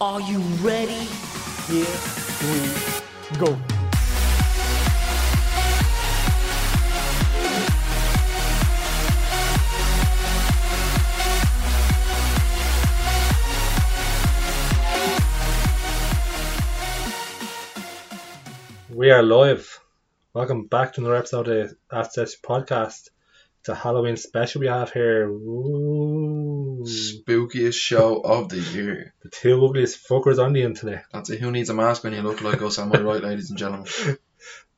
Are you ready? Here we go. We are live. Welcome back to another episode of the Access Podcast. It's a Halloween special we have here. Ooh. Spookiest show of the year. The two ugliest fuckers on the internet. That's it. Who needs a mask when you look like us? Am I right, ladies and gentlemen?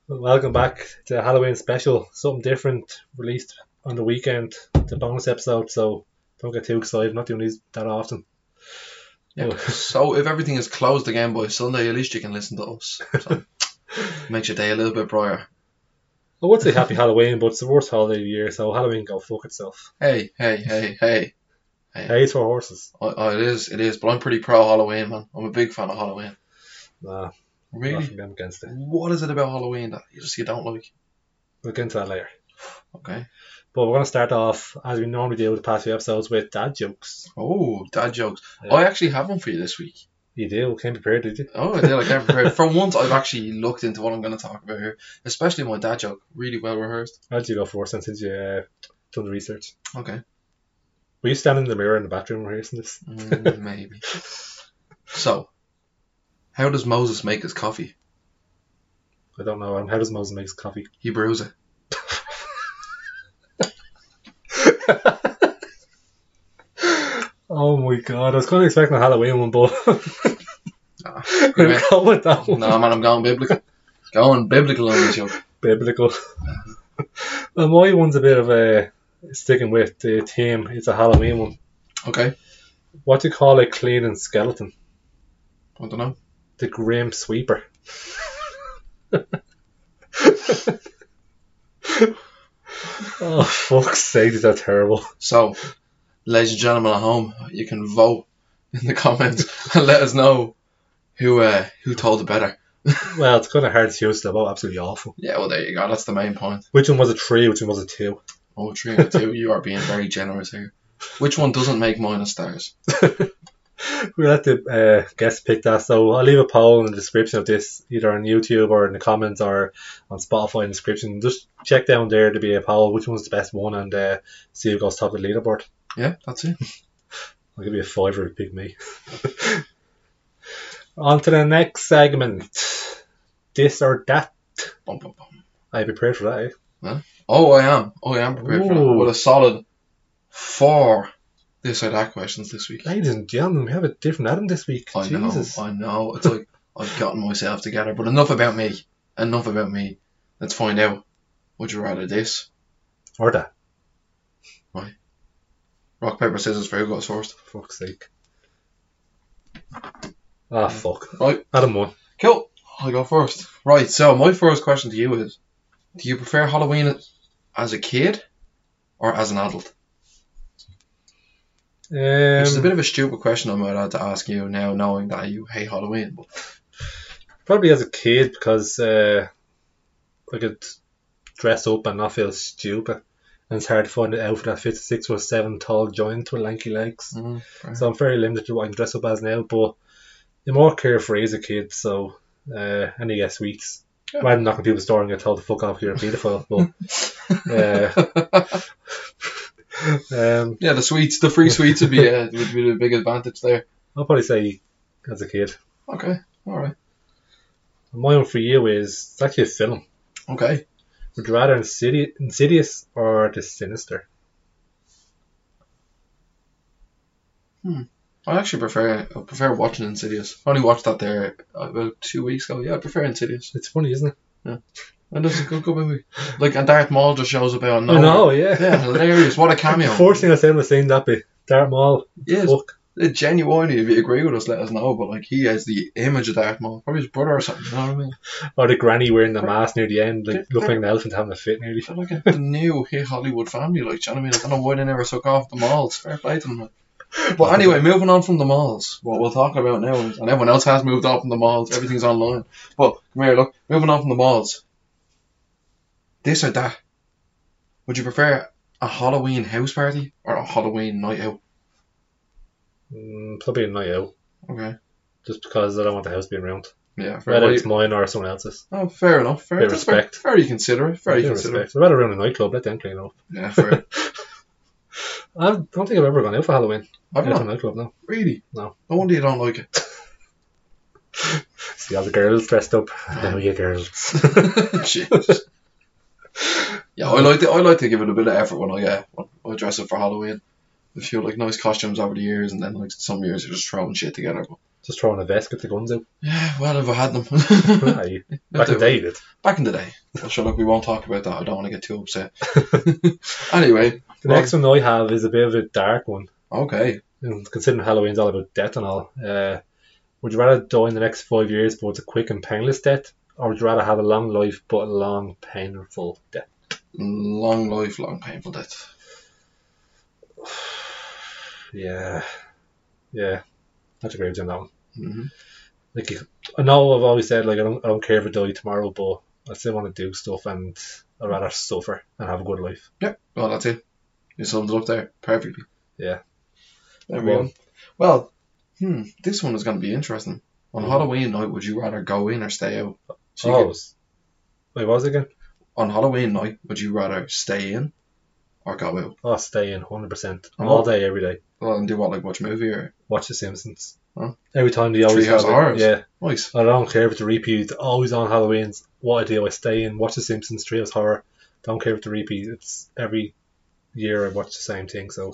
Welcome back to the Halloween special. Something different released on the weekend. It's a bonus episode, so don't get too excited. I'm not doing these that often. Yeah. so if everything is closed again by Sunday, at least you can listen to us. So, makes your day a little bit brighter. I would say happy Halloween, but it's the worst holiday of the year, so Halloween go fuck itself. Hey, hey, hey, hey. Hey, it's for horses. Oh, oh, it is, it is. But I'm pretty pro Halloween, man. I'm a big fan of Halloween. Nah, Really? nothing I'm against it. What is it about Halloween that you just you don't like? We'll get into that later. Okay. But we're going to start off, as we normally do with the past few episodes, with dad jokes. Oh, dad jokes. Yeah. I actually have one for you this week. You do? Came prepared, did you? Oh, I did. I came prepared. For once, I've actually looked into what I'm going to talk about here, especially my dad joke. Really well rehearsed. How did you go first since you uh, done the research? Okay. Were you standing in the mirror in the bathroom rehearsing this? Mm, maybe. So, how does Moses make his coffee? I don't know. Um, how does Moses make his coffee? He brews it. oh my god, I was kind of expecting a Halloween one, but Nah, I'm going with that one. nah, man, I'm going biblical. Going biblical on this joke. Biblical. well, my one's a bit of a sticking with the theme. It's a Halloween one. Okay. What do you call a cleaning skeleton? I don't know. The Grim Sweeper. oh, fuck's sake, these are terrible. So, ladies and gentlemen at home, you can vote in the comments and let us know who uh, who told it better. Well, it's kind of hard to choose. They're both absolutely awful. Yeah, well, there you go. That's the main point. Which one was a three? Which one was a two? Oh, three and a two. You are being very generous here. Which one doesn't make minus stars? We'll let the uh, guests pick that. So I'll leave a poll in the description of this, either on YouTube or in the comments or on Spotify in the description. Just check down there to be a poll which one's the best one and uh, see who goes top of the leaderboard. Yeah, that's it. I'll give you a fiver if you pick me. on to the next segment. This or that. Bum, bum, bum. I prepared for that, eh? Oh, I am. Oh, I am prepared for that. Ooh. With a solid four this or that questions this week. Ladies and gentlemen, we have a different Adam this week. I Jesus. know, I know. It's like I've gotten myself together. But enough about me. Enough about me. Let's find out. Would you rather this? Or that. Rock, paper, scissors for who goes first. Fuck's sake. Ah, Mm. fuck. Right. Adam won. Cool. I go first. Right, so my first question to you is Do you prefer Halloween as a kid or as an adult? Um, Which is a bit of a stupid question I might have to ask you now, knowing that you hate Halloween. But Probably as a kid because uh, I could dress up and not feel stupid. And it's hard to find an outfit that fits a six or seven tall giant with lanky legs. Mm, fair. So I'm very limited to what I can dress up as now, but you're more carefree as a kid, so uh, any guess weeks. Yeah. Rather than knocking people's door and get told to fuck off, you're a paedophile. But, uh, um, yeah, the sweets, the free sweets would be, uh, would be the big advantage there. I'll probably say as a kid. Okay, alright. My one for you is it's actually a film. Okay. Would you rather Insidi- Insidious or The Sinister? I actually prefer I prefer watching Insidious. I only watched that there uh, about two weeks ago. Yeah, I prefer Insidious. It's funny, isn't it? And that's a good, good movie. Like, and Darth Maul just shows up out of I know, nowhere. yeah. Yeah, hilarious. What a The cameo. First thing I said was saying that be Darth Maul. Yes, Fuck. it genuinely, if you agree with us, let us know. But like, he has the image of Darth Maul, probably his brother or something. You know what I mean? Or the granny wearing the mask near the end, like looking like an elephant having a fit nearly. They're like a new hit Hollywood family. Like, do you know what I mean? I don't know why they never took off the malls. Fair play to them. like. But anyway, moving on from the malls, what we'll talk about now is, and everyone else has moved on from the malls, everything's online. But come here, look, moving on from the malls. This or that? Would you prefer a Halloween house party or a Halloween night out? Mm, probably a night out. Okay. just because I don't want the house being ruined. Yeah, fair. Whether Well, it's you- mine or someone else's. oh, fair enough. Fair. Bit of that's fair- respect. Very considerate. Very Give considerate. respect. I'd rather ruin a nightclub, let them clean up. Yeah, fair. I don't think I've ever gone out for Halloween. I've Out for not a nightclub, no. really. No. No wonder you don't like it. See all the girls dressed up. Oh, you girls. Jeez. Yeah, I like to I like to give it a bit of effort when I yeah when I dress up for Halloween. A few like nice costumes over the years, and then like some years you're just throwing shit together. But Just throwing a vest with the guns out. yeah, well if I had them Aye. Back in the day, you did. back in the day. Well, sure, look, we won't talk about that. I don't want to get too upset. anyway, The next one I have is a bit of a dark one. okay, And considering Halloween's all about death and all, uh, would you rather die in the next five years but it's a quick and painless death, or would you rather have a long life but a long painful death? long life, long painful death. Yeah, yeah, that's a great on that one. hmm Like you- I know I've always said like I don't, I don't care if I die tomorrow, but I still want to do stuff and I'd rather suffer and have a good life. Yep. Well, that's it. You summed it up there perfectly. Yeah. There we Well- go. Well, hmm, this one is going to be interesting. On Mhm. Halloween night, would you rather go in or stay out? So you oh, could- s- wait, what was it again? on Halloween night, would you rather stay in or go out? Oh, stay in hundred percent Oh. all day, every day. Well, and do what, like watch a movie or Watch The Simpsons. Huh? Every time they always Treehouse have of it- Horrors. yeah. nice? I don't care if it's a repeat. It's always on Halloween's. What I do, I stay in, watch The Simpsons, Treehouse Horror. Don't care if it's a repeat. It's every year I watch the same thing. So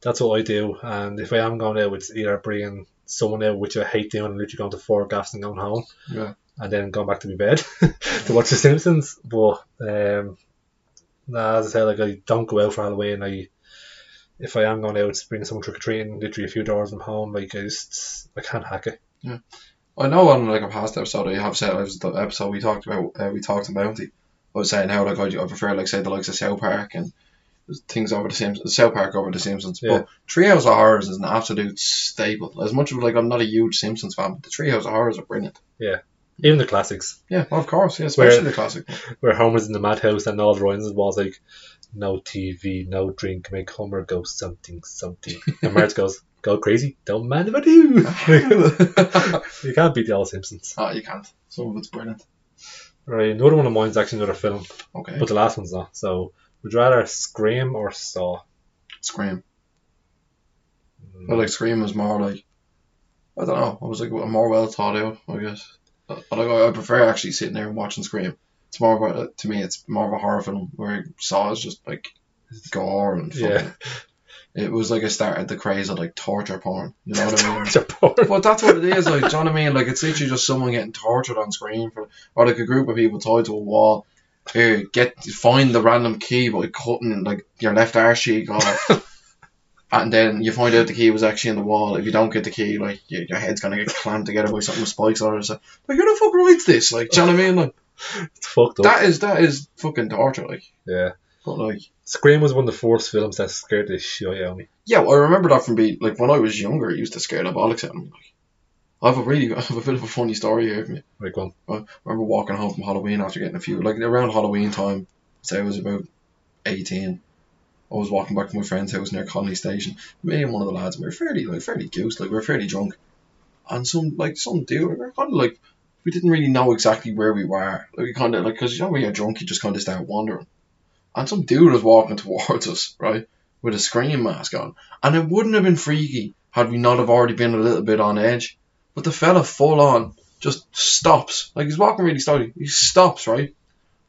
that's what I do. And if I am going out, it's either bringing someone out, which I hate doing, and literally going to four gaffs and going home. Yeah. And then going back to my bed to watch The Simpsons. But um, nah, as I said, like I don't go out for Halloween. I if I am going out, it's bringing someone trick or treating, literally a few doors from home. Like I just I can't hack it. I know on like a past episode, I have said it was the episode we talked about. Uh, we talked about Bounty. I was saying how like I, I prefer like say the likes of South Park and things over the Simpsons. South Park over the Simpsons, Yeah. but Treehouse of Horrors is an absolute staple. As much of like I'm not a huge Simpsons fan, but the Treehouse of Horrors are brilliant. Even the classics. Yeah, well, of course, yeah, especially Where- the classic. one. where Homer's in the madhouse and all the Ryan's was like, no TV, no drink, make Homer go something, something. And Marge goes, go crazy, don't mind if I do. you can't beat the All Simpsons. oh, you can't. Some of it's brilliant. Right, another one of mine's actually another film, Okay, but the last one's not. So, would you rather Scream or Saw? Scream. But like Scream was more like I don't know. I was like more well thought out, I guess. But but, like, I, I prefer actually sitting there and watching Scream. It's more of a, to me. It's more of a horror film where Saw is just like gore and fucking, Yeah. It was like I started the craze of like torture porn. You know what I mean? Torture porn. But that's what it is, like, do you know what I mean? Like, it's literally just someone getting tortured on screen, for, or like a group of people tied to a wall. Here, get find the random key by cutting like your left arse cheek off, and then you find out the key was actually in the wall. If you don't get the key, like your, your head's gonna get clamped together by something with spikes on it. So, like, who the fuck writes this? Like, do you know what I mean? Like, It's fucked up. that is that is fucking torture. Like, yeah. but like, Scream was one of the first films that scared the shit out of me. yeah, well, I remember that from being like when I was younger, it used to scare the bollocks out of me. Like, I have a really, I have a bit of a funny story here. For me. Like, one. I remember walking home from Halloween after getting a few, like around Halloween time, say I was about 18. I was walking back from my friend's house near Conley Station. Me and one of the lads, we were fairly, like, fairly goose, like, we were fairly drunk. And some, like, some dude, we were kind of like, we didn't really know exactly where we were. Like, we kind of, like, because you know, when you're drunk, you just kind of start wandering. And some dude was walking towards us, right, with a scream mask on. And it wouldn't have been freaky had we not have already been a little bit on edge. But the fella full on just stops. Like he's walking really slowly. He stops, right?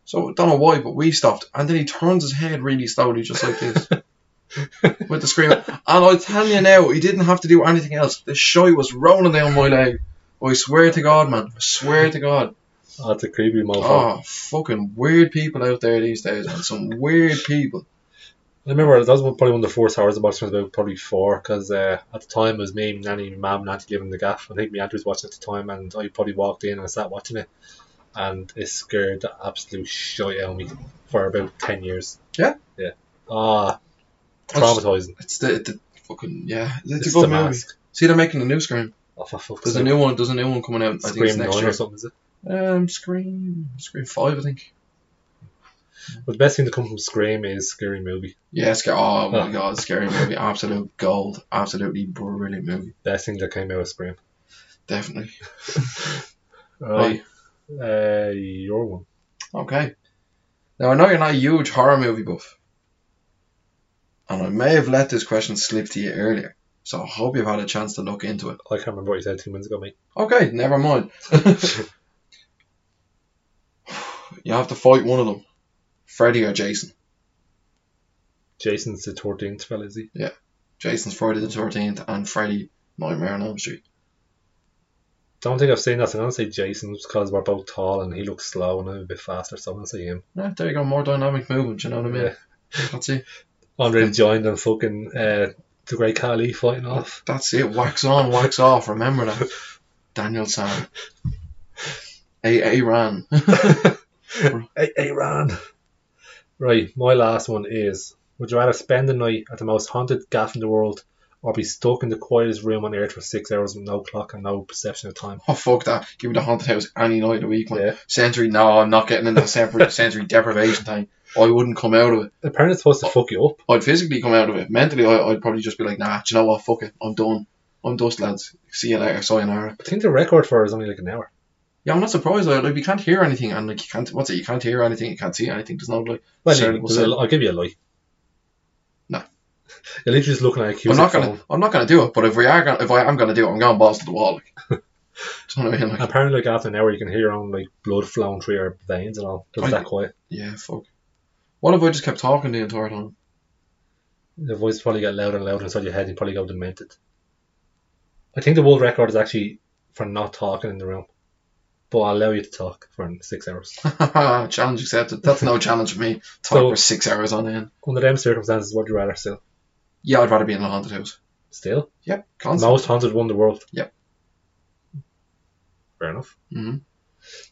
So I don't know why, but we stopped. And then he turns his head really slowly, just like this. with the scream. And I tell you now, he didn't have to do anything else. The shy was rolling down my leg. I swear to God, man. I swear to God. Oh, it's a creepy mofo. Oh, fucking weird people out there these days, man. Some weird people. I remember that was one- probably one of the first hours I watched when I was about probably four because uh, at the time it was me, my nanny, my mum, and auntie giving the gaff. I think my auntie was watching at the time and I probably walked in and I sat watching it and it scared the absolute shit out of me for about 10 years. Yeah? Oh, Yeah. Ah, That's- traumatizing. It's the, the fucking, yeah. It's It's, a the good movie. mask. See, they're making a new Scream. Oh, for fuck's There's a sake. new one. There's a new one coming out. I think it's Scream 9 next or year. something, is it? Um, Scream, Scream Five, I think. But the best thing to come from Scream is Scary Movie. Yeah, sca- oh my Huh. god, scary movie, absolute gold, absolutely brilliant movie. Best thing that came out of Scream. Definitely. Right. Uh, your one. Okay. Now I know you're not a huge horror movie buff, and I may have let this question slip to you earlier, so I hope you've had a chance to look into it. I can't remember what you said two minutes ago, mate. Okay, never mind. you have to fight one of them, Freddy or Jason. Jason's the 13th fella, is he? Jason's Friday the Thirteenth and Freddy Nightmare on Elm Street. Don't think I've seen that, so I'm going to say Jason because we're both tall and he looks slow and I'm a bit faster, so I'm going to say him. Yeah, there you go, more dynamic movement. You know what I mean? That's it. Already joined on fucking uh, the Great Khali fighting off. That's it. Wax on, wax off. Remember that. Daniel San. A A Ran. Hey, hey, Ron. Right, my last one is Would you rather spend the night at the most haunted gaff in the world or be stuck in the quietest room on earth for six hours with no clock and no perception of time? Oh fuck that! Give me the haunted house any night of the week, man. Yeah. Sensory? No, I'm not getting into the separate sensory deprivation thing. I wouldn't come out of it. Apparently, it's supposed to fuck you up. I'd physically come out of it. Mentally, I, I'd probably just be like, nah. Do you know what? Fuck it. I'm done. I'm dust, lads. See you later. Sayonara. I think the record for it is only like an hour. Yeah, I'm not surprised. Though. Like, you can't hear anything, and like, you can't. What's it? You can't hear anything. You can't see anything. There's no like. Well, Sorry, there's a- I'll give you a lie. No. You're literally just looking at a I'm cubic not phone. gonna. I'm not gonna do it. But if we are gonna, if I am gonna do it, I'm going balls to the wall. Like, do you know what I mean? Like, Apparently, like after an hour, you can hear your own like blood flowing through your veins and all. It's Right. that quiet. yeah, fuck. What if I just kept talking the entire time? The voice probably got louder and louder inside your head. and You probably go demented. I think the world record is actually for not talking in the room, but I'll allow you to talk for six hours. challenge accepted. That's no challenge for me. Talk So- for six hours on end. Under them circumstances, would you rather still? Yeah, I'd rather be in a haunted house. Still, Yep, constant. most haunted one in the world. Yep. Fair enough. Mhm.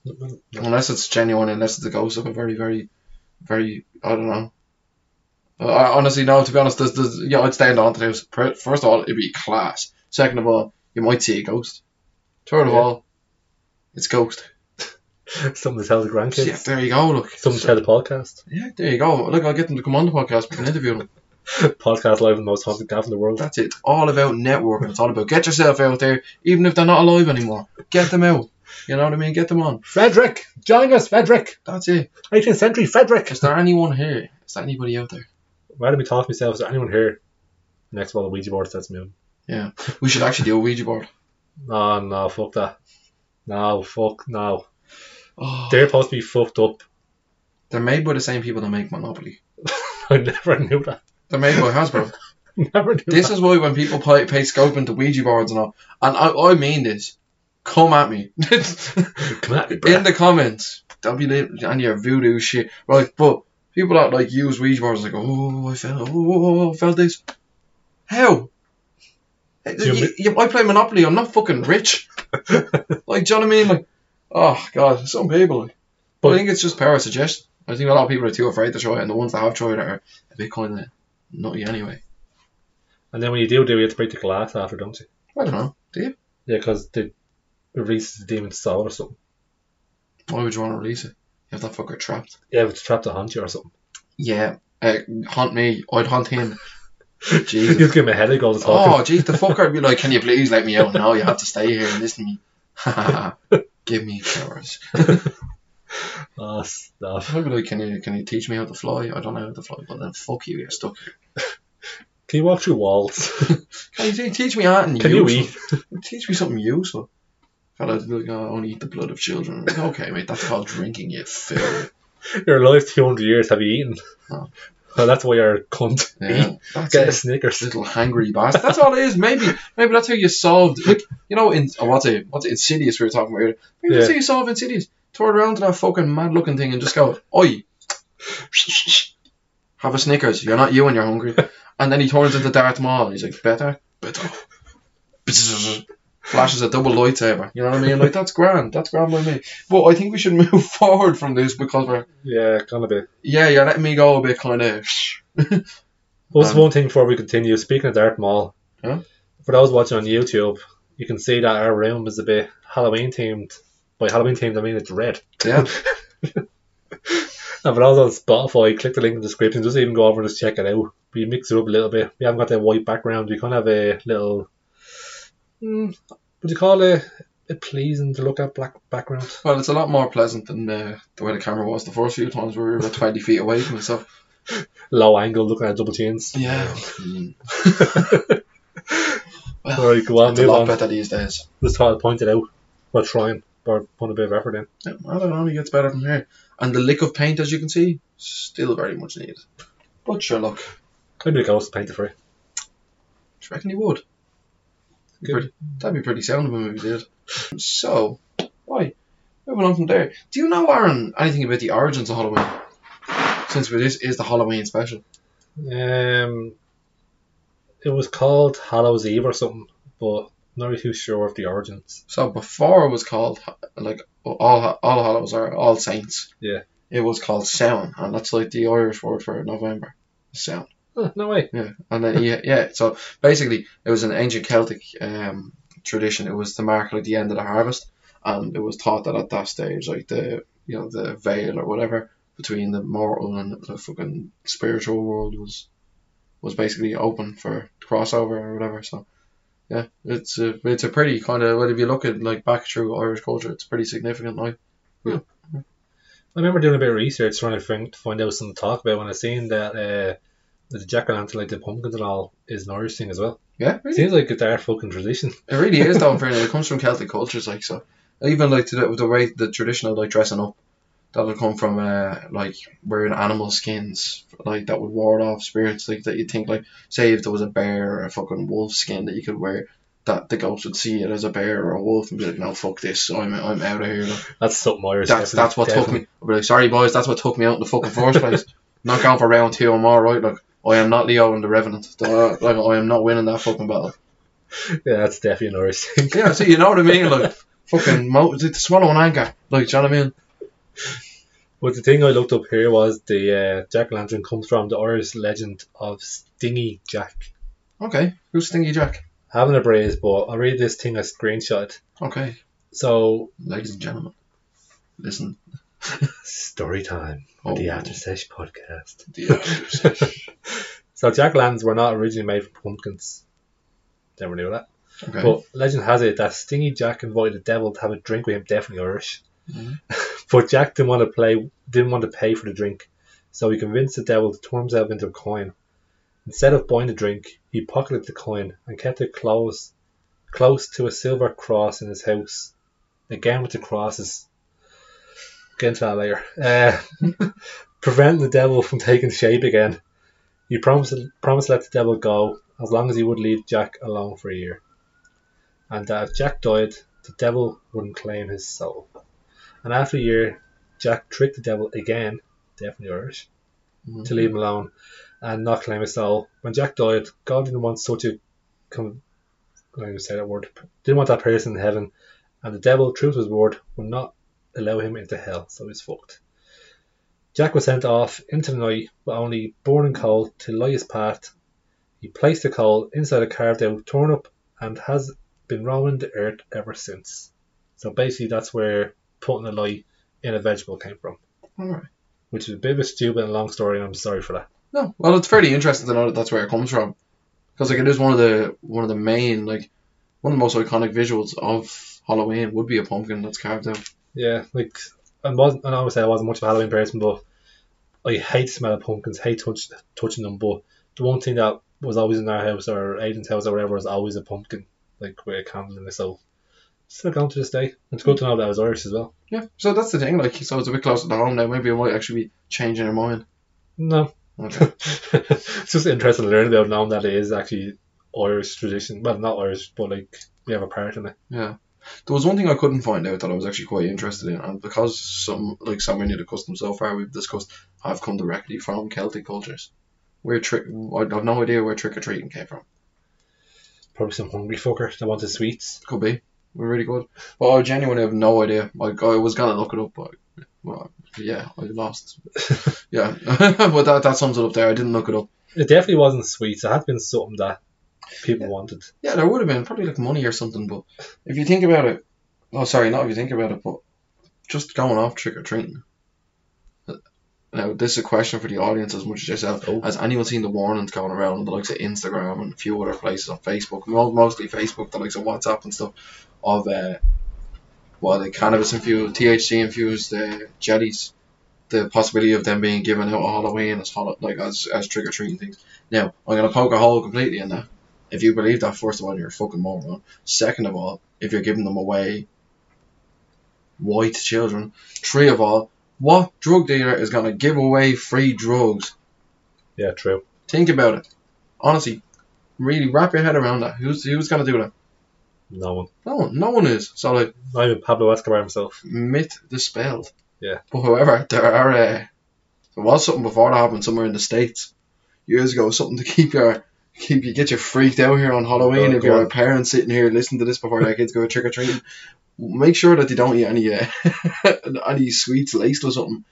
No, no, Unless it's genuine, unless it's the ghost of a very, very, very. I don't know. Uh, I honestly no. To be honest, there's, there's, yeah, I'd stay in the haunted house. Pr- First of all, it'd be class. Second of all, you might see a ghost. Third of Yeah. all, it's ghost. no. Something to tell the grandkids. Yeah, there you go. Look, Something to tell the podcast. Yeah, there you go. Look, I'll get them to come on the podcast. We can interview them. podcast live in the most haunted gaff in the world. That's it. It's all about networking. It's all about get yourself out there, even if they're not alive anymore. Get them out. You know what I mean? Get them on. Frederick, join us, Frederick. That's it. 18th century Frederick. Is there anyone here? Is there anybody out there? Why don't we talk to myself? Is there anyone here? Next of all, the Ouija board starts moving. We should actually do a Ouija board. No, no, fuck that. No, fuck, no. Oh, They're supposed to be fucked up. they're made by the same people that make Monopoly. I never knew that. They're made by Hasbro. Never knew this that. is why when people play, pay scope into Ouija boards and all, and I, I mean this, come at me. Come at me, bro. in the comments. Don't be li- on your voodoo shit, right? But people that like use Ouija boards like, oh, I felt, oh, I felt this. How? you mi- You- you- I play Monopoly. I'm not fucking rich. like, do you know what I mean? Like, oh god, some people. Like, but I But- think it's just power of suggestion. I think a lot of people are too afraid to try it, and the ones that have tried it are a bit kind of nutty anyway. And then when you do do, it, you have to break the glass after, don't you? I don't know. Yeah, because they release the demon's soul or something. Why would you want to release it? You have that fucker trapped. Yeah, if it's trapped to hunt you or something. Yeah. Uh, hunt me. I'd hunt him. Jesus. You'd give him a headache all the time. Oh, geez, the fucker would be like, "Can you please let me out? No, you have to stay here and listen to me. Give me flowers." Oh, stop. I'd be like, "Can you can you teach me how to fly? I don't know how to fly." Well, then fuck you, you're stuck. Can you walk through walls? Can you teach me anything? Can you eat? useful? Teach me something useful. Fellow's like, "Oh, "I only eat the blood of children." I'm like, okay, mate, that's called drinking. You fool. Your life 200 years, have you eaten? No. Well, that's why you're a cunt. Yeah, Eat. that's Get a it. Snickers. Little hangry bastard. That's all it is. Maybe, maybe that's how you solved. Like, you know, in oh, what's it? What's it? Insidious. We were talking about. earlier. Maybe that's Yeah. how you solve Insidious. Turn around to that fucking mad-looking thing and just go, "Oi, have a Snickers. You're not you when you're hungry." and then he turns into Darth Maul. He's like, "Better, better." Flashes a double lightsaber. You know what I mean? Like that's grand. That's grand by me. But I think we should move forward from this because we're Yeah, kind of a bit. yeah, you're letting me go a bit kind of. What's Um, one thing before we continue? Speaking of Darth Maul, Huh? for those watching on YouTube, you can see that our room is a bit Halloween themed. By Halloween themed, I mean it's red. Yeah, And for those on Spotify, click the link in the description. Just even go over and just check it out. We mix it up a little bit. We haven't got that white background. We kind of have a little. Mm, would you call it a pleasing to look at black background? Well, it's a lot more pleasant than uh, the way the camera was the first few times we were about 20 feet away from it. So, Low angle, looking at double chins. yeah. Mm. Well, Alright, go on, it's a move lot on. better these days. Just try to point it out. Well, trying, or put a bit of effort in. Yeah, well, it only gets better from here. And the lick of paint, as you can see, still very much needed. But sure, look, do Maybe the ghost painted for you. you reckon he would? That'd be Good. pretty- that'd be pretty sound of him if he did. So, why? Moving on from there. Do you know, Aaron, anything about the origins of Halloween? Since this is the Halloween special. Um, it was called Hallows Eve or something, but not really too sure of the origins. So before it was called like all all Hallows are All Saints. Yeah. It was called Sound, and that's like the Irish word for November. Sound. Huh, no way. Yeah. And then yeah, yeah. So basically, it was an ancient Celtic um tradition. It was to mark like the end of the harvest, and it was thought that at that stage, like the you know the veil or whatever between the mortal and the fucking spiritual world was was basically open for crossover or whatever. So yeah, it's a it's a pretty kind of well if you look at like back through Irish culture, it's pretty significant. Like I remember doing a bit of research trying to find, find out something to talk about when I seen that uh, the jack o' lantern, like the pumpkins and all, is an Irish thing as well. yeah, It really, seems like it's our fucking tradition. it really is though. In fairness, it comes from Celtic cultures, like so. Even like to the, the way the tradition of like dressing up, that'll come from uh like wearing animal skins, like that would ward off spirits. Like that you think like say if there was a bear or a fucking wolf skin that you could wear. That the ghost would see it as a bear or a wolf and be like, "No, fuck this! I'm I'm out of here." Like, That's something Irish. That's definitely- that's what took definitely. me. I'll be like, sorry boys, that's what took me out in the fucking first place. not going for round two. I'm all right. Like I am not Leo and the Revenant. Uh, Like I am not winning that fucking battle. Yeah, that's definitely an Irish thing. Yeah, see, you know what I mean? Like fucking mo- it's like the swallow an anchor. Like, do you know what I mean? But the thing I looked up here was the uh, jack o' lantern comes from the Irish legend of Stingy Jack. Okay, who's Stingy Jack? Having a braise, but I'll read this thing I screenshot. Okay, So, ladies and gentlemen, listen. story time. Oh, The After Sesh podcast. the after session. So jack lands were not originally made from pumpkins. Never knew that. Okay. But legend has it that Stingy Jack invited the devil to have a drink with him, definitely Irish. Mhm. but Jack didn't want to play, didn't want to pay for the drink, so he convinced the devil to turn himself into a coin. Instead of buying the drink, he pocketed the coin and kept it close, close to a silver cross in his house. Again with the crosses. Get into that later. Uh, preventing the devil from taking shape again. He promised promised to let the devil go as long as he would leave Jack alone for a year, and that if Jack died, the devil wouldn't claim his soul. And after a year, Jack tricked the devil again, definitely Irish, Mhm. to leave him alone and not claim his soul. When Jack died, God didn't want such a com- I'm not gonna say that word. Didn't want that person in heaven, and the devil, true to his word, would not allow him into hell, so he's fucked. Jack was sent off into the night, but only born and cold to light his path. He placed the coal inside a carved out turnip and has been roaming the earth ever since. So basically, that's where putting a light in a vegetable came from, All right. which is a bit of a stupid and long story, and I'm sorry for that. No, well, it's fairly interesting to know that that's where it comes from, because like it is one of the one of the main like one of the most iconic visuals of Halloween would be a pumpkin that's carved out. Yeah, like I wasn't. I always say I wasn't much of a Halloween person, but I hate the smell of pumpkins. Hate touch, touching them. But the one thing that was always in our house or Aiden's house or whatever was always a pumpkin, like with a candle in the soul. Still going to this day. It's good to know that I was Irish as well. Yeah, so that's the thing. Like, so it's a bit closer to home now. Maybe I might actually be changing your mind. No, Okay. it's just interesting to learn about knowing that it is actually Irish tradition. Well, not Irish, but like we have a part in it. yeah. There was one thing I couldn't find out that I was actually quite interested in, and because some like so many of the customs so far we've discussed have come directly from Celtic cultures. Where trick, I've no idea where trick or treating came from. Probably some hungry fucker that wanted sweets. Could be. We're really good. But I genuinely have no idea. Like I was gonna look it up, but well, yeah, I lost. yeah, but that, that sums it up there. I didn't look it up. It definitely wasn't sweets. It had been something that people wanted. Yeah, there would have been probably like money or something. But if you think about it, oh sorry, not if you think about it, but just going off trick or treating. Now, this is a question for the audience as much as yourself. Oh. Has anyone seen the warnings going around on the likes of Instagram and a few other places on Facebook, mo- mostly Facebook, the likes of WhatsApp and stuff, of uh, well, the cannabis infused, THC infused uh, jellies, the possibility of them being given out on Halloween as hol- like as as trick or treating things. Now, I'm gonna poke a hole completely in that. If you believe that, first of all, you're a fucking moron. Second of all, if you're giving them away, white children. Three of all, what drug dealer is going to give away free drugs? Yeah, true. Think about it. Honestly, really wrap your head around that. Who's who's going to do that? No one. No one. No one is. So like, Not even Pablo Escobar himself. myth dispelled. Yeah. But however, there are uh, there was something before that happened somewhere in the states years ago. Something to keep your keep you get you freaked out here on Halloween Oh, if you're God. a parent sitting here listening to this before their kids go trick or treating. Make sure that they don't eat any uh, any sweets laced with something.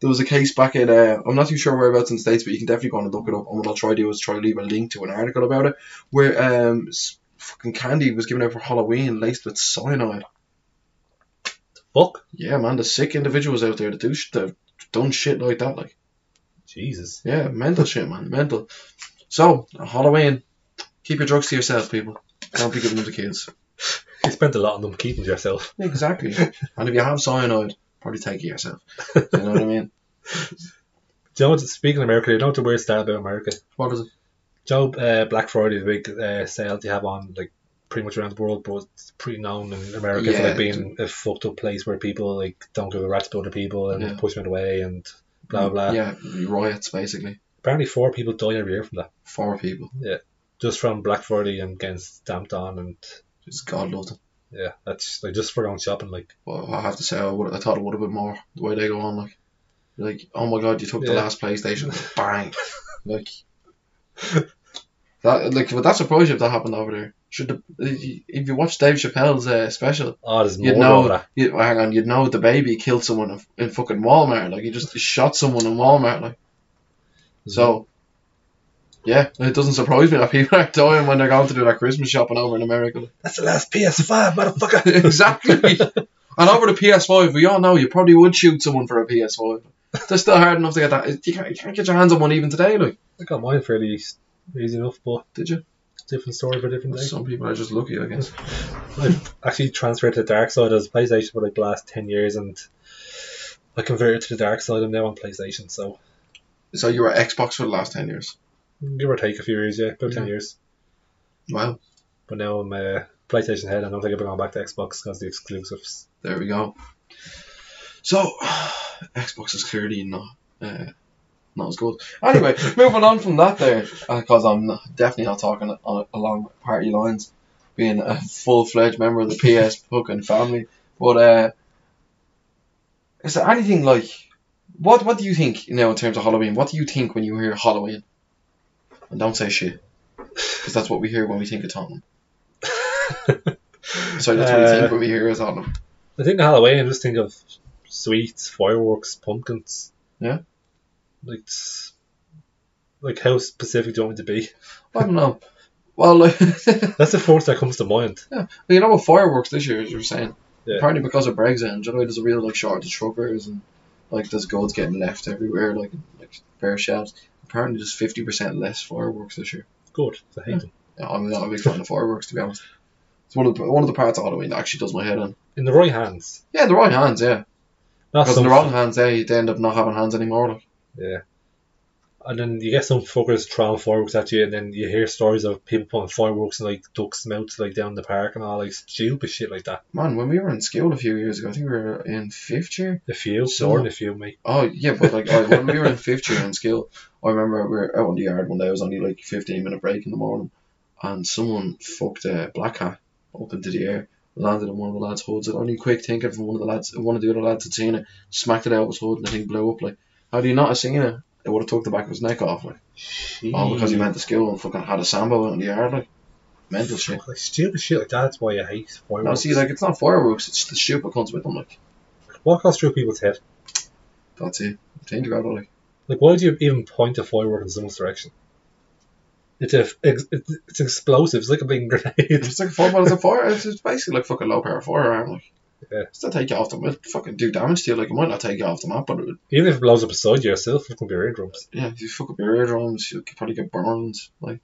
There was a case back in uh, I'm not too sure whereabouts in the states, but you can definitely go on and look it up. And what I'll try to do is try to leave a link to an article about it where um s- fucking candy was given out for Halloween laced with cyanide. Fuck. Yeah, man, the sick individuals out there that do sh- that have done shit like that, like Jesus. yeah, mental shit, man, mental. So on Halloween, keep your drugs to yourself, people. Don't be giving them to kids. You spent a lot on them keeping to yourself. Exactly. and if you have cyanide, probably take it yourself. You know what I mean? Do you know what? Speaking of America, you know what the weird stat about America? What is it? Joe, uh, Black Friday, the big uh, sale they have on like pretty much around the world, but it's pretty known in America for Yeah, like being a fucked up place where people like don't give a rat's about other people and Yeah. push them away and blah blah. blah. Yeah, riots basically. Apparently, four people die every year from that, Four people. just from Black Friday and getting stamped on, and Just God love them. yeah, that's like just for going shopping. Like, Well, I have to say, I, would, I thought it would have been more the way they go on. Like, like oh my god, you took the Yeah. last PlayStation, bang! like, that like, but that surprised you if that happened over there. Should the, if you watch Dave Chappelle's uh, special, oh, there's more you'd you know. that. You, well, hang on, you'd know the baby killed someone in, in fucking Walmart. Like, he just shot someone in Walmart. Like, so. Yeah, it doesn't surprise me that people are dying when they're going to do their Christmas shopping over in America. That's the last PS5, motherfucker. exactly. and over the PS5, we all know you probably would shoot someone for a PS5. They're still hard enough to get that. You can't, you can't get your hands on one even today, like, I got mine fairly eas- easy enough, but did you? different story for a different day. Some people are just lucky, I guess. I've actually transferred to the dark side as PlayStation for like the last ten years, and I converted to the dark side. I'm now on PlayStation, so So you were Xbox for the last 10 years. give or take a few years, yeah, about ten Yeah. years. Wow, But now I'm uh, PlayStation head. and I don't think I'm going back to Xbox because the exclusives. there we go. So, Xbox is clearly not. Uh, not as good. Anyway, moving on from that there, because I'm not- definitely not talking a- along party lines, being a full-fledged member of the PS fucking family. But uh, is there anything like what? What do you think you know in terms of Halloween? What do you think when you hear Halloween? And don't say shit, because that's what we hear when we think of Tottenham. Sorry, that's what we Uh, think when we hear is Tottenham. I think Halloween. I just think of sweets, fireworks, pumpkins. Yeah. Like, it's- like how specific do you want me to be? I don't know. Well, like, That's the first that comes to mind. Well, You know what fireworks this year, as you were saying, Yeah. apparently because of Brexit, and you know, there's a real like shortage of truckers and like there's goods getting left everywhere, like like bare shelves. Apparently, there's fifty percent less fireworks this year. Good. I hate them. Yeah, I'm not a big fan of fireworks to be honest. It's one of the one of the parts of Halloween that actually does my head in. In the right hands. Yeah, in the right hands, yeah. Not Because in some- the wrong hands, they they end up not having hands anymore. Like. Yeah. And then you get some fuckers throwing fireworks at you, and then you hear stories of people putting fireworks in like ducks' mouths, like down the park, and all like stupid shit like that. Man, when we were in school a few years ago, I think we were in fifth year. A few, So- more than a few, mate. Oh yeah, but like I, when we were in fifth year in school, I remember we were out on the yard one day. It was only like fifteen minute break in the morning, and someone fucked a black hat up into the air, landed on one of the lads' hoods. And only quick thinking from one of the lads, one of the other lads had seen it, smacked it out of his hood, and the thing blew up. Like, how do you not have seen it? It would have took the back of his neck off. Like, all because he went to school and fucking had a sambo out in the yard. Like, mental shit. Like stupid shit like that. That's why I hate fireworks. Now see, like it's not fireworks. It's the stupid cunts with them. Like, what goes through people's head? that's it. Think about it. Like, Like, why do you even point a firework in someone's direction? It's a, it's, it's explosive. It's like a big grenade. it's like a fire. It's a fire. It's, it's basically like fucking low power firearm. Like. yeah. Still take you off them. It'll fucking do damage to you. Like, it might not take you off the map, but it would, Even if it blows up beside you, it'll fucking be eardrums. yeah, if you fuck up your eardrums, you could probably get burns. Like,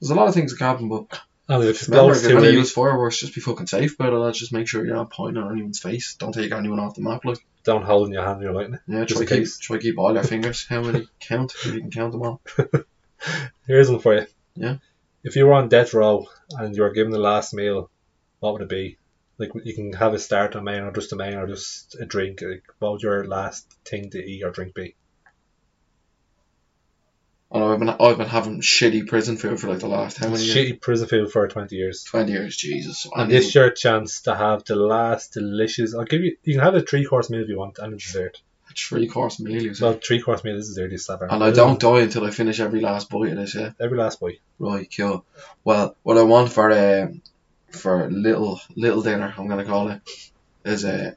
there's a lot of things that can happen, but And if it Remember, if blows you're too gonna early, use fireworks, just be fucking safe about it. Let's just make sure you're not pointing at anyone's face. Don't take anyone off the map. Like, don't hold in your hand you're lighting it. yeah, Just try in keep case. try keep all your fingers. How many count? If you can count them all. Here's one for you. Yeah. If you were on death row and you were given the last meal, what would it be? Like you can have a start, a main, or just a main, or just a drink. Like, what would your last thing to eat or drink be? I know I've been I've been having shitty prison food for like the last how many years? Shitty prison food for twenty years. Twenty years, Jesus. I And mean, this is your chance to have the last delicious. I'll give you. You can have a three course meal if you want and a dessert. a three course meal. You No said. three course meal is dessert. You slap it on. and I don't die until I finish every last bite of this. Yeah. Every last boy. Right, cool. Well, what I want for um for little little dinner, I'm gonna call it, is a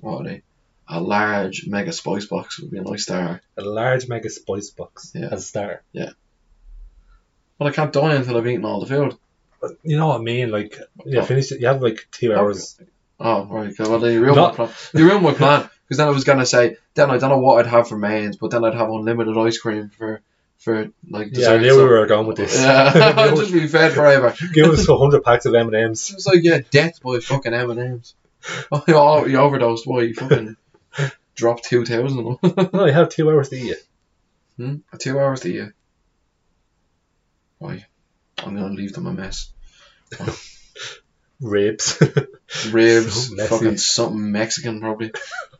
what are they? A large mega spice box would be a nice start. A large mega spice box Yeah. as a starter. But I can't die until I've eaten all the food. But you know what I mean? Like you Oh. finish it. You have like two Oh. hours. Oh, right. good. Well, then you ruined Not- my plan. You ruined my plan. Because then I was going to say, then I don't know what I'd have for mains, but then I'd have unlimited ice cream for, for like, Yeah, I dessert. knew we were going with this. Yeah, I'd just be fed forever. Give us a hundred packs of M and M's. It's like, yeah, death by fucking M&M's. Oh, you, all, you overdosed, boy. You fucking dropped 2,000. No, Oh, you have two hours to eat it. hmm? Two hours to you. Right. I'm going to leave them a mess. Ribs. Ribs, So messy. fucking something Mexican, probably.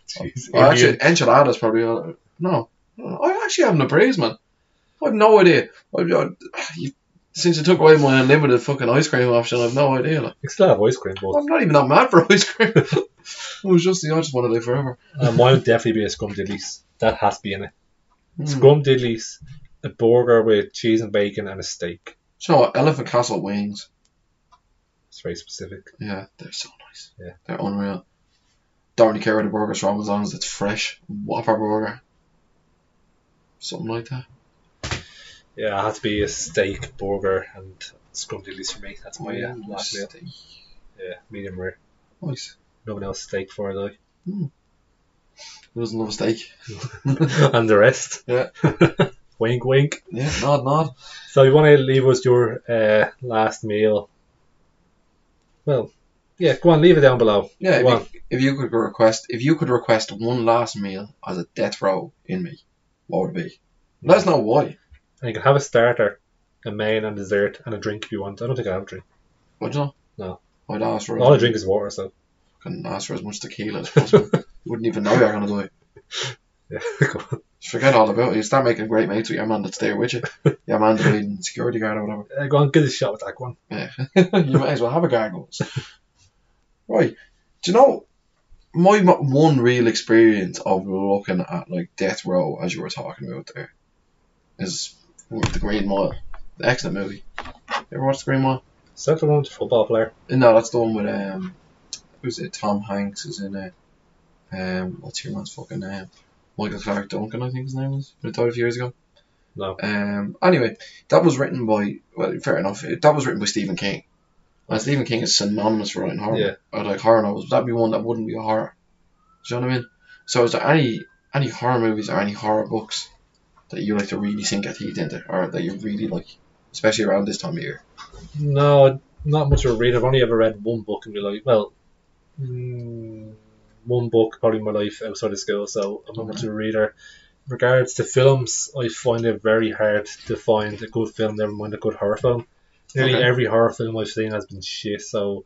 Jeez, Well, Indian. actually, enchiladas probably. Uh, no, I actually haven't a braise, man. I have no idea. I, I, you, since you took away my unlimited fucking ice cream option, I've no idea. Like, You still have ice cream, but I'm not even that mad for ice cream. it was just the I just want to live forever. uh, mine would definitely be a scrum diddlies. That has to be in it. Mm. Scrum diddlies, a burger with cheese and bacon and a steak. So elephant castle wings. It's very specific. Yeah, they're so nice. Yeah. they're unreal. Don't really care where the burger's from as long as it's fresh. Whopper burger. Something like that. Yeah, it has to be a steak, burger, and scrum diddlies for me. That's my uh, Ooh, last meal. steak. Yeah, medium rare. Nice. No one else steak for it, like. Who doesn't love a steak? and the rest. Yeah. wink, wink. Yeah, nod, nod. So you want to leave us your uh, last meal? Well, yeah. Go on, leave it down below. Yeah, Go on. if you, if you could request, if you could request one last meal as a death row in me, what would it be? Let us know why. And you can have a starter, a main, and dessert, and a drink if you want. I don't think I have a drink. Would you? No. I'd ask for. All I drink is water, so Couldn't ask for as much tequila as possible. you wouldn't even know you're gonna do it. yeah. go on. Just forget all about it. You start making great mates with your man that's there with you. Your man being security guard or whatever. Uh, go on, give it a shot with that one. Yeah. you might as well have a gargles. right. Do you know my mo- one real experience of looking at like death row as you were talking about there is with the Green Mile. The excellent movie. You ever watched the Green Mile? Is that the one with the football player? No, that's the one with um, who's it? Tom Hanks is in it. Um, what's your man's fucking name? Michael Clark Duncan, I think his name is. Who died a few years ago. No. Um. Anyway, that was written by. Well, fair enough. it- That was written by Stephen King. And Stephen King is synonymous for writing horror. Yeah. Or like horror novels. That'd be one that wouldn't be a horror. Do you know what I mean? So is there any any horror movies or any horror books that you like to really sink your teeth into, or that you really like, especially around this time of year? No, not much of a read. I've only ever read one book in my life. Well, mm, one book probably in my life outside of school, so I'm not much of a reader. Regards to films, I find it very hard to find a good film, never mind a good horror film. Nearly Okay. every horror film I've seen has been shit, so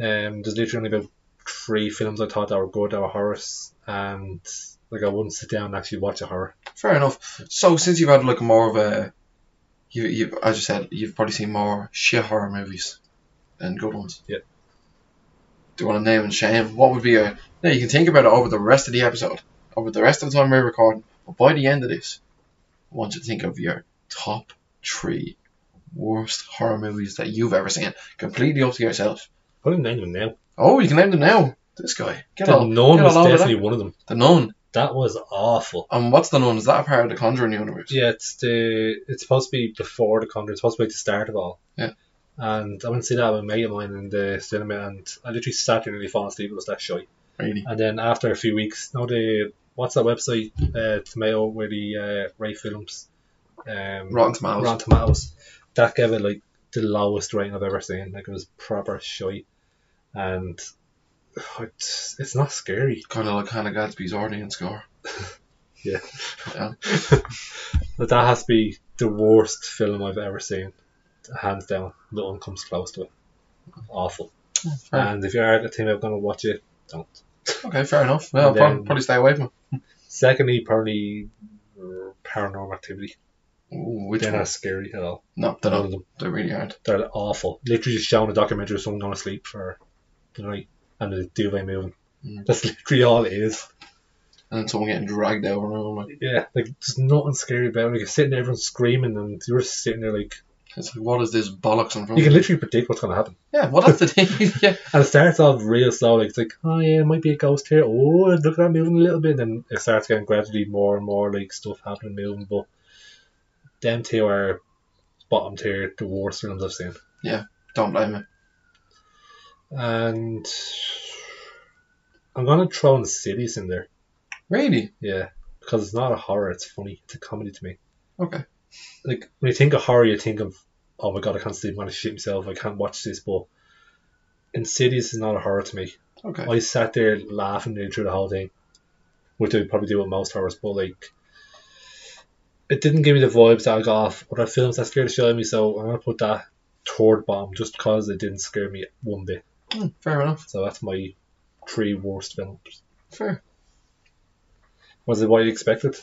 um, there's literally only about three films I thought that were good, that were horrors, and like I wouldn't sit down and actually watch a horror. Fair enough. So since you've had like more of a, you you as you said you've probably seen more shit horror movies than good ones. Yeah. Do you want to name and shame? What would be a? Now you can think about it over the rest of the episode, over the rest of the time we're recording. But by the end of this, I want you to think of your top three worst horror movies that you've ever seen, completely up to yourself. I didn't name them now. Oh, you can name them now. This guy. Get The on. Nun get was all over that. definitely one of them. The Nun. That was awful. And what's the Nun? Is that a part of the Conjuring universe? Yeah, it's the it's supposed to be before the Conjuring. It's supposed to be like the start of all. Yeah. And I went to see that with a mate of mine in the cinema, and I literally sat there nearly falling asleep. It was that shy. Really? And then after a few weeks, now the what's that website? Uh, Tomato where the uh, Ray Films, um, Rotten Tomatoes. Rotten Tomatoes. That gave it like the lowest rating I've ever seen. Like it was proper shite, and it's, it's not scary. Kind of like Hannah Gadsby's audience score. Yeah. Yeah. But that has to be the worst film I've ever seen, hands down. No one comes close to it. Awful. fair. And if you are the team I'm gonna watch it, don't. Okay, fair enough. Yeah, And prob- then- probably stay away from it. Secondly, probably uh, Paranormal Activity. Ooh, which They're one? not scary at all. No, they're None not. of them. They really aren't. They're awful. Literally just showing a documentary of someone going to sleep for the night and the duvet moving. Mm. That's literally all it is. And then someone getting dragged out around. Like, Yeah, like there's nothing scary about it. Like, you're sitting there, everyone's screaming, and you're just sitting there like it's like, what is this bollocks in front you of can me? literally predict what's going to happen. Yeah, what is the thing? yeah. And it starts off real slow, like it's like, oh yeah, it might be a ghost here. Oh, look at that moving a little bit. And it starts getting gradually more and more like stuff happening, moving. But them two are bottom tier, the worst films I've seen. Don't blame me. And I'm gonna throw in Cities in there, Really? yeah, because it's not a horror, it's funny, it's a comedy to me. Okay. Like when you think of horror, you think of, oh my god, I can't sleep, I'm gonna shit myself, I can't watch this. But in Cities is not a horror to me. Okay. I sat there laughing nearly through the whole thing, which I probably do with most horrors, but like, it didn't give me the vibes that I got off other films that scared the shit out of me, so I'm gonna put that toward bomb just because it didn't scare me one bit. Hmm, fair enough. So that's my three worst films. Fair. Was it what you expected?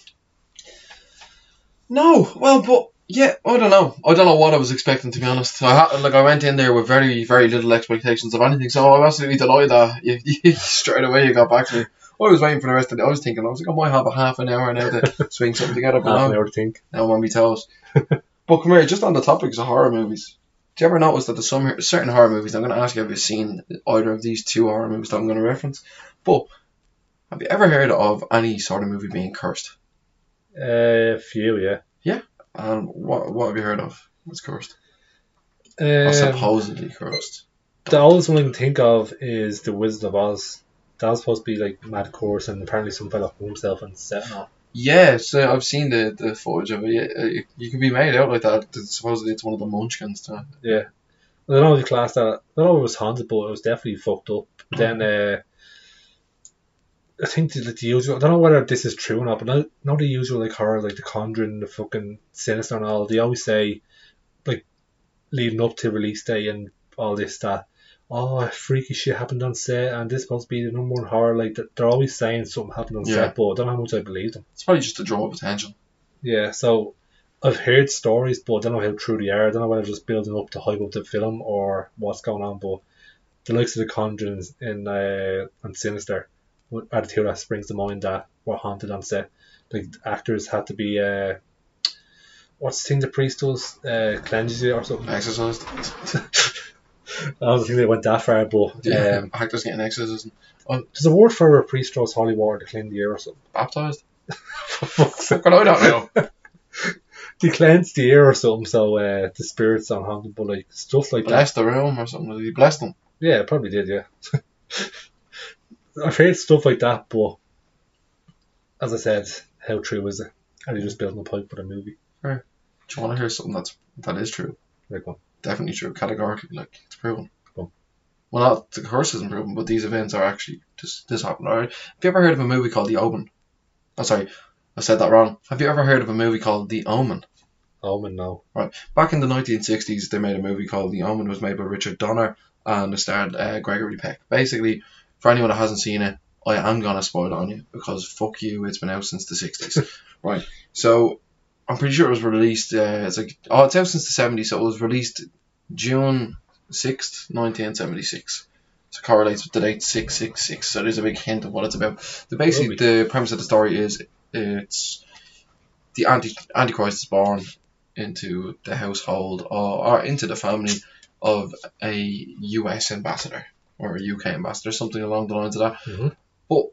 No. Well, but yeah, I don't know. I don't know what I was expecting to be honest. I ha- like I went in there with very very little expectations of anything, so I'm absolutely delighted that you, you, straight away you got back to me. I was waiting for the rest of the. I was thinking I was like I might have a half an hour now to swing something together, but Half no. an hour to think. Now I'm on my toes. but come here, just on the topics of horror movies. Do you ever notice that there's some certain horror movies? I'm going to ask you, have you seen either of these two horror movies that I'm going to reference? But have you ever heard of any sort of movie being cursed? Uh, few, yeah. And what what have you heard of? What's cursed? Or Um, Oh, supposedly cursed. the oldest one I can think of is The Wizard of Oz. That was supposed to be like mad course, and apparently some fella hung himself and set it off. Yeah, so I've seen the, the footage of it. Yeah, uh, You, you can be made out like that. that Supposedly it's one of the Munchkins. To, I don't know if you class that. I don't know if it was haunted, but it was definitely fucked up. But then, uh, I think the, the usual. I don't know whether this is true or not, but not, not the usual like horror, like The Conjuring, The fucking Sinister, and all. They always say, like, leading up to release day and all this that. Oh, freaky shit happened on set, and this supposed to be the number one horror. Like they're- they're always saying something happened on Yeah. set, but I don't know how much I believe them. it's probably just to draw attention. Yeah, so I've heard stories, but I don't know how true they are. I don't know whether it's just building up to hype up the film or what's going on. But the likes of the Conjuring in uh, and Sinister what- are the two that springs to mind that were haunted on set. Like the actors had to be uh, what's the thing the priest does uh, cleanses you or something. Exercised. I don't think they went that far, but Yeah. um, Actors getting exorcism. there's a word for where a priest throws holy water to clean the air or something. Baptized. For fuck's sake. Fuck, I don't know. They cleanse the air or something, so uh, the spirits on haunted, but like stuff like that. bless the room or something. He blessed them. Yeah, it probably did, yeah. I've heard stuff like that, but as I said, how true is it? Are you just building a pipe for the movie? Do you want to hear something that's that is true? Like one. Definitely true, categorically. Like it's proven. Cool. Well, not the curse isn't proven, but these events are actually just this happened. Alright. Have you ever heard of a movie called The Omen? Oh, sorry, I said that wrong. Have you ever heard of a movie called The Omen? Omen, "Oh, no. Back in the 1960s, they made a movie called The Omen. It was made by Richard Donner and it starred uh, Gregory Peck. Basically, for anyone that hasn't seen it, I am gonna spoil it on you because fuck you, it's been out since the 60s. right. So I'm pretty sure it was released. Uh, it's like oh, it's out since the 70s. So it was released June 6th, 1976. So it correlates with the date 666. So there's a big hint of what it's about. The basically the premise of the story is it's the anti antichrist is born into the household or, or into the family of a US ambassador or a UK ambassador, something along the lines of that. Mhm. But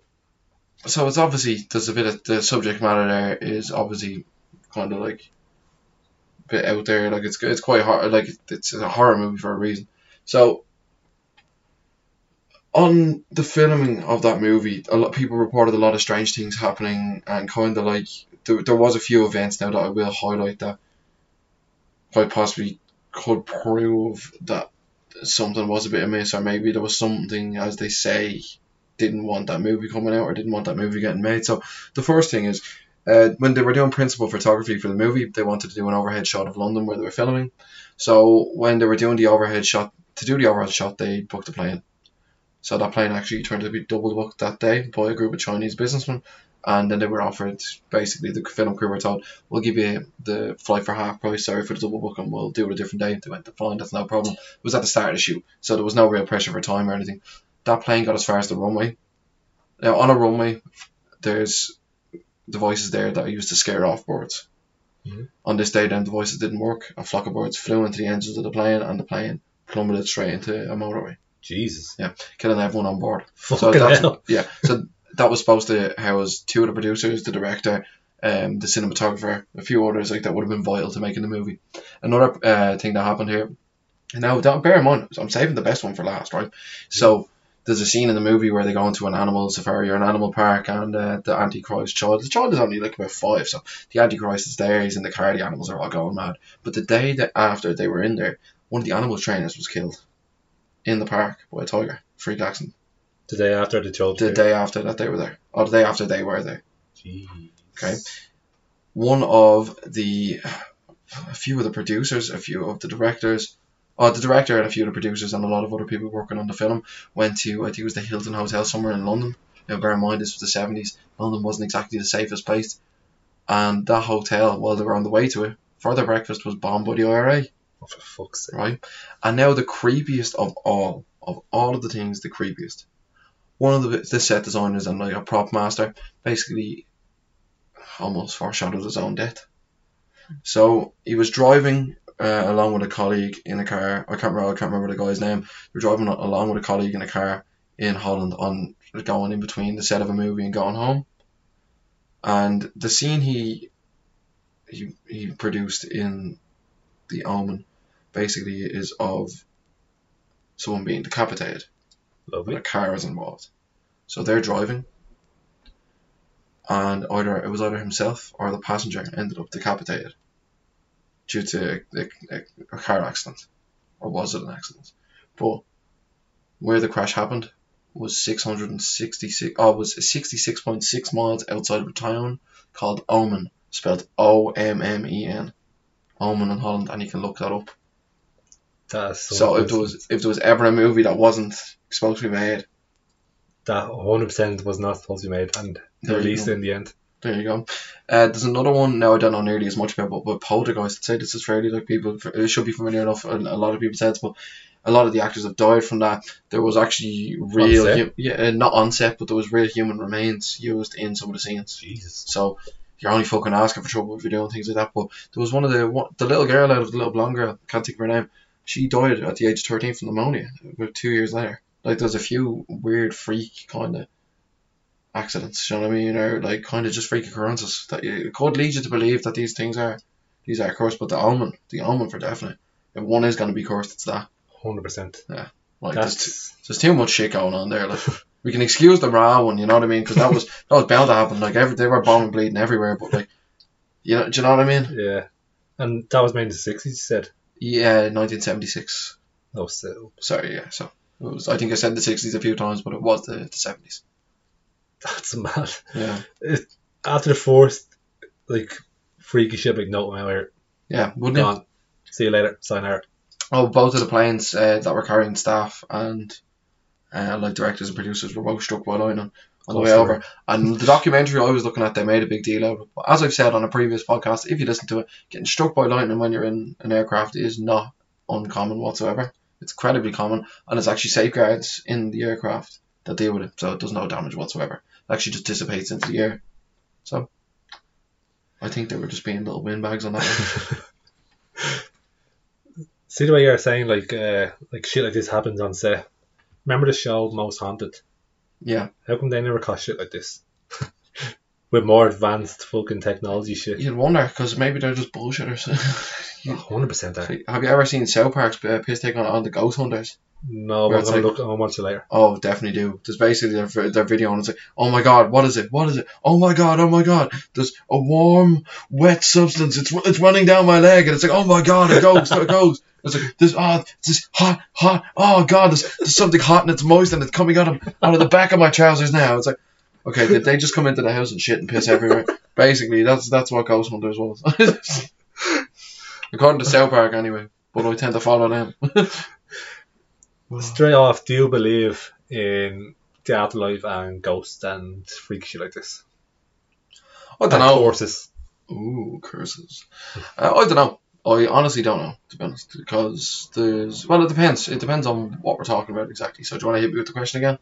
so it's obviously there's a bit of the subject matter there is obviously kind of like bit out there. Like it's it's quite hard. Like it's a horror movie for a reason. So on the filming of that movie, a lot people reported a lot of strange things happening and kind of like there, there was a few events now that I will highlight that quite possibly could prove that something was a bit amiss or maybe there was something as they say didn't want that movie coming out or didn't want that movie getting made. So the first thing is uh, when they were doing principal photography for the movie, they wanted to do an overhead shot of London where they were filming. So when they were doing the overhead shot, to do the overhead shot, they booked a plane. So that plane actually turned to be double booked that day by a group of Chinese businessmen. And then they were offered, basically, the film crew were told, we'll give you the flight for half price, sorry for the double book, and we'll do it a different day. They went, fine, that's no problem. It was at the start of the shoot, so there was no real pressure for time or anything. That plane got as far as the runway. Now, on a runway, there's devices there that are used to scare off birds. Mhm. On this day, them devices didn't work. A flock of birds flew into the engines of the plane, and the plane plummeted straight into a motorway, Jesus. killing everyone on board. So Fucking that's, hell. yeah, so that was supposed to house two of the producers, the director, um, the cinematographer, a few others like that would have been vital to making the movie. Another uh, thing that happened here, and now don't bear in mind, I'm saving the best one for last, right? So there's a scene in the movie where they go into an animal safari or an animal park, and uh, the Antichrist child, the child is only like about five, so the Antichrist is there, he's in the car, the animals are all going mad. But the day that after they were in there, one of the animal trainers was killed in the park by a tiger, freak accident The day after the child. the day after that they were there, or the day after they were there. Jeez. Okay. One of the, a few of the producers, a few of the directors, or the director and a few of the producers and a lot of other people working on the film went to, I think it was the Hilton Hotel somewhere in London. Now bear in mind this was the 70s, London wasn't exactly the safest place. And that hotel, while they were on the way to it, for their breakfast was bombed by the IRA Oh, for fuck's sake. right? And now the creepiest of all, of all of the things, the creepiest. One of the, the set designers and like a prop master basically almost foreshadowed his own death. So he was driving uh, along with a colleague in a car. I can't remember. I can't remember the guy's name. They were driving a- along with a colleague in a car in Holland on going in between the set of a movie and going home. And the scene he he, he produced in the Omen basically is of someone being decapitated when Lovely. a car is involved. So they're driving, and either it was either himself or the passenger ended up decapitated due to a, a- a car accident, or was it an accident? But where the crash happened was 666 oh, was 66.6 miles outside of a town called Omen, spelled O M M E N, Omen in Holland, and you can look that up. That's so, So if good. there was if there was ever a movie that wasn't supposed to be made, that 100% was not supposed to be made and There you released go. in the end. there you go. Uh, there's another one now I don't know nearly as much about, but, but Poltergeist. I'd say this is fairly like people it should be familiar enough. and A lot of people said, but a lot of the actors have died from that. There was actually real, set? hu- yeah, uh, not on set, but there was real human remains used in some of the scenes. Jesus. So you're only fucking asking for trouble if you're doing things like that. But there was one of the one, the little girl out of the little blonde girl, can't think of her name. She died at the age of thirteen from pneumonia about two years later. Like there's a few weird freak kind of accidents, you know what I mean, or like kind of just freak occurrences that you, it could lead you to believe that these things are these are cursed. But the omen, the omen for definite, if one is going to be cursed, it's that. 100%. Like there's t- That's there's too much shit going on there. Like we can excuse the raw one, you know what I mean, because that was that was bound to happen. Like every they were bombing, bleeding everywhere, but like, you know, do you know what I mean? yeah. And that was made in the 60s, you said. Yeah, 1976. No, so Sorry, yeah. So it was, I think I said the 60s a few times, but it was the, the 70s. that's mad. Yeah, After the fourth, like, freaky shit, like, no, I'm out. yeah, wouldn't it? Gone. See you later. Sign out. Oh, both of the planes uh, that were carrying staff and uh, like directors and producers were both struck by lightning on the way Awesome. over. And the documentary I was looking at, they made a big deal out of it. But as I've said on a previous podcast, if you listen to it, getting struck by lightning when you're in an aircraft is not uncommon whatsoever. It's incredibly common, and it's actually safeguards in the aircraft that deal with it, so it does no damage whatsoever. It actually just dissipates into the air. So, I think they were just being little windbags on that one. See the way you're saying, like, uh, like shit like this happens on set. Remember the show Most Haunted? yeah, How come they never caught shit like this? With more advanced fucking technology shit. you'd wonder, because maybe they're just bullshitters. hundred percent there. Have you ever seen South Park's uh, piss take on, on the Ghost Hunters? No, but Where I'm it's gonna like- look. I'll watch it later. Oh, definitely do. There's basically their, vi- their video, and it's like, oh my god, what is it? What is it? Oh my god, oh my god. There's a warm, wet substance. It's it's running down my leg, and it's like, oh my god, a ghost, a ghost. It's like this, ah, it's this hot, hot. Oh god, there's, there's something hot and it's moist and it's coming out of out of the back of my trousers now. It's like, okay, did they just come into the house and shit and piss everywhere? basically, that's that's what Ghost Hunters was. According to South Park, anyway. But I tend to follow them. Straight off, do you believe in the afterlife and ghosts and freak shit like this? I don't And know. Horses. Ooh, curses. Uh, I don't know. I honestly don't know, to be honest, because there's. Well, it depends. It depends on what we're talking about exactly. So, do you want to hit me with the question again?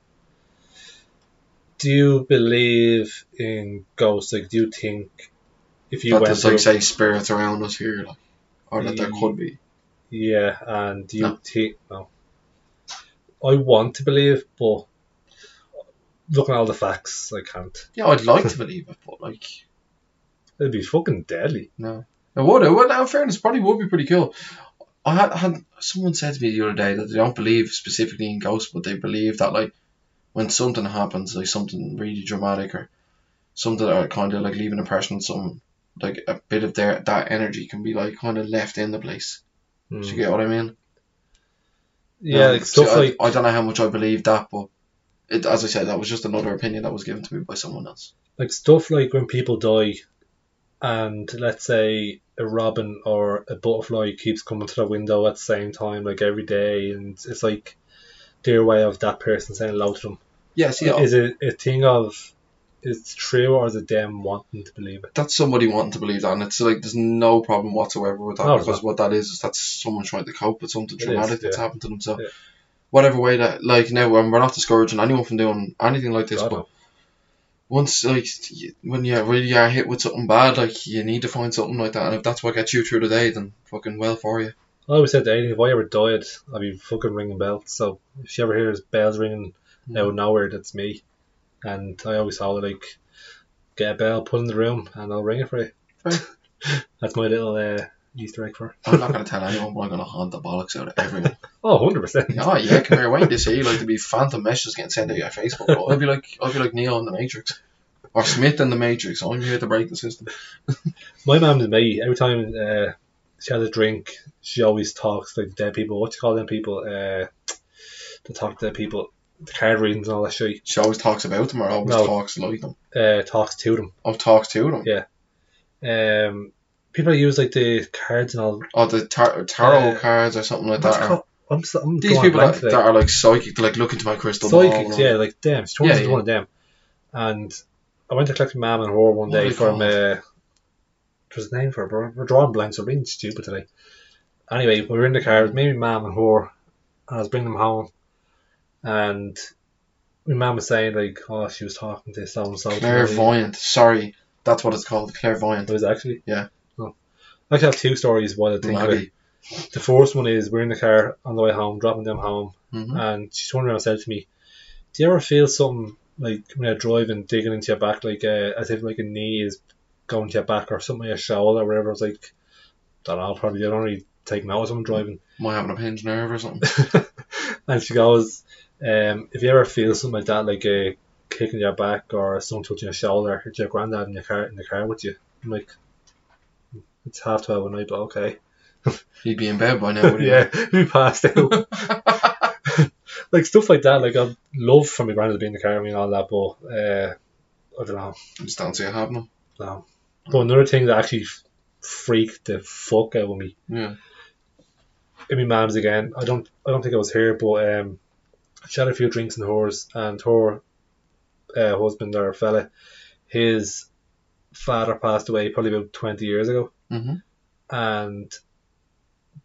Do you believe in ghosts? Like, do you think if you that went there's, like, through, say, spirits around us here, like, or that there Mm. could be. yeah, and do you No. think no? I want to believe, but looking at all the facts, I can't. Yeah, I'd like to believe it, but, like, It'd be fucking deadly. no. It would, it would, now, in fairness, probably would be pretty cool. I had, had someone said to me the other day that they don't believe specifically in ghosts, but they believe that, like, when something happens, like something really dramatic or something that kind of like leave an impression on someone, like a bit of their that energy can be like kind of left in the place. Do you Mm. get what I mean? Yeah, Um, like so stuff I, like I don't know how much I believe that, but it, as I said, that was just another opinion that was given to me by someone else. like stuff like when people die, and let's say a robin or a butterfly keeps coming to the window at the same time, like every day, and it's like their way of that person saying hello to them. Yes, yeah, Is it a thing of it's true or is it them wanting to believe it? that's somebody wanting to believe that, and it's like there's no problem whatsoever with that No, there's because what that is is that's someone trying to cope with something It is, traumatic that's yeah. happened to themselves. Yeah. Whatever way that, like, now and we're not discouraging anyone from doing anything like this, God, but no. once like you- when you really are hit with something bad, like you need to find something like that, and if that's what gets you through the day, then fucking well for you. I always said to Aidan, if I ever died, I'd be fucking ringing bells. So if she ever hears bells ringing Mm. out of nowhere, that's me. And I always saw like get a bell, put it in the room, and I'll ring it for you. Right. Oh, that's my little uh, Easter egg for. her. I'm not gonna tell anyone, but I'm gonna haunt the bollocks out of everyone. Oh, 100%. oh yeah, come here, wait to see like to be phantom messages getting sent out your Facebook. But I'll be like, I'll be like Neo in the Matrix, or Smith in the Matrix. I'm here to break the system. My mum and me, every time uh, she has a drink, she always talks like dead people. What do you call them people? Uh, to talk to people, the card readings and all that shit. She always talks about them, or always No. talks like them, Uh, talks to them. or talks to them. Yeah. Um, people use like the cards and all. Or the tar- tarot Uh, cards or something like What's it that. Or called? I'm, so, I'm these going people blank that, today. that are like psychic, like look into my crystal ball psychics, and- yeah, like them. She yeah, Yeah, one of them. And I went to collect my mum and her one What are day they from. called? Uh, what was the name for it, bro? We're drawing blanks. We're being stupid today. Anyway, we were in the car with me, my mum, and her, and I was bringing them home. And my mum was saying like, oh, she was talking to so and so. Clairvoyant. Sorry, that's what it's called. Clairvoyant. It was actually. Yeah. Oh. I actually have two stories while I think of it. Maggie. The first one is we're in the car on the way home, dropping them home, Mhm. and she turned around and said to me, "Do you ever feel something like when you're driving, digging into your back, like uh, as if like a knee is going to your back or something, your shoulder or whatever?" I was like, "Don't know, probably I don't really take notice when I'm driving." Might have an impinged nerve or something. and she goes, um, "If you ever feel something like that, like a kick in your back or someone touching your shoulder, it's your granddad in the car in the car with you." I'm like, "It's half twelve at night, but okay." He'd be in bed by now. wouldn't he? yeah, we passed out. like stuff like that. Like I love from my granddad being in the car with me and all that, but uh, I don't know. I just don't see it happening. No. But another thing that actually f- freaked the fuck out of me. Yeah. In my mum's again. I don't. I don't think I was here, but um, she had a few drinks in hers, and her uh, husband or fella, his father passed away probably about twenty years ago. Mm-hmm. and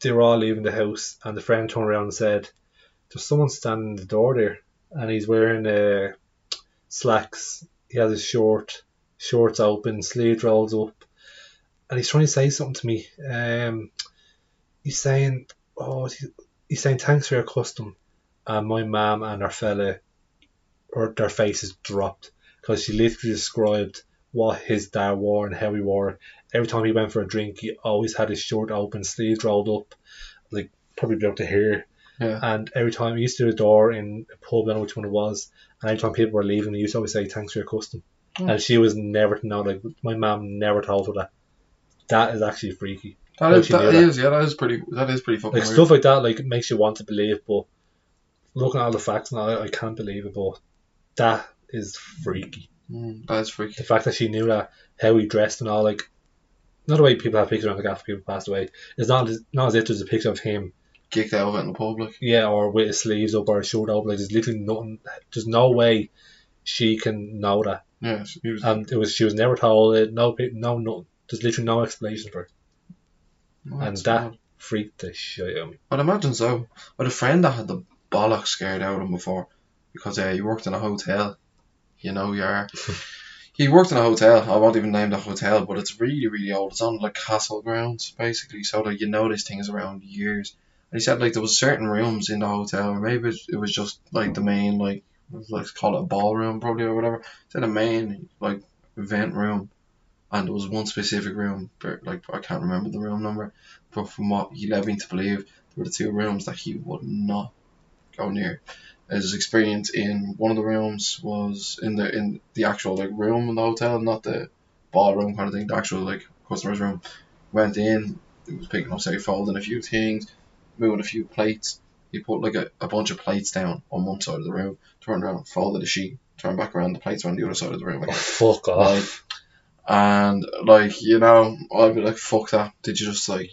they were all leaving the house and the friend turned around and said there's someone standing in the door there and he's wearing uh, slacks he has his short shorts open sleeve rolls up and he's trying to say something to me um, he's saying oh he- he's saying thanks for your custom and my mum and her fella or their faces dropped because she literally described what his dad wore and how he wore it. Every time he went for a drink, he always had his shirt open, sleeves rolled up, like probably up to here. Yeah. And every time he used to do a door in a pub, I don't know which one it was, and every time people were leaving, he used to always say, Thanks for your custom. Hmm. And she was never to know, like, my mum never told her that. That is actually freaky. That Well, is, she that knew that. is, yeah, that is pretty, that is pretty fucking Like, weird. stuff like that, like, it makes you want to believe, but looking at all the facts now, I, I can't believe it, but that is freaky. Mm, that is freaky. The fact that she knew that, how he dressed and all, like, not the way people have pictures of him, like, after people passed away. It's not, as- not as if there's a picture of him Kicked out of it in the public. Yeah, or with his sleeves up or his shirt up. Like there's literally nothing. There's no way she can know that. Yeah, he was, And it was she was never told it. No, pe- no, no. There's literally no explanation for it. Oh, and that's that mad. freaked the shit out of me. I'd imagine so. I had a friend that had the bollocks scared out of him before because uh, he worked in a hotel. You know, you are. he worked in a hotel. I won't even name the hotel, but it's really, really old. It's on like castle grounds, basically. So, like, you know, this thing is around years. And he said, like, there was certain rooms in the hotel, or maybe it- it was just, like, the main, like, let's call it a ballroom, probably, or whatever. So the main, like, event room. And there was one specific room, but, like, I can't remember the room number. But from what he led me to believe, were the two rooms that he would not go near. His experience in one of the rooms was in the in the actual like room in the hotel, not the ballroom kind of thing, the actual like customer's room. Went in, he was picking up say folding a few things, moving a few plates. He put like a, a bunch of plates down on one side of the room, turned around, folded a sheet, turned back around, the plates were on the other side of the room. Oh, fuck Like, off. and like you know, I'd be like, "Fuck that! Did you just like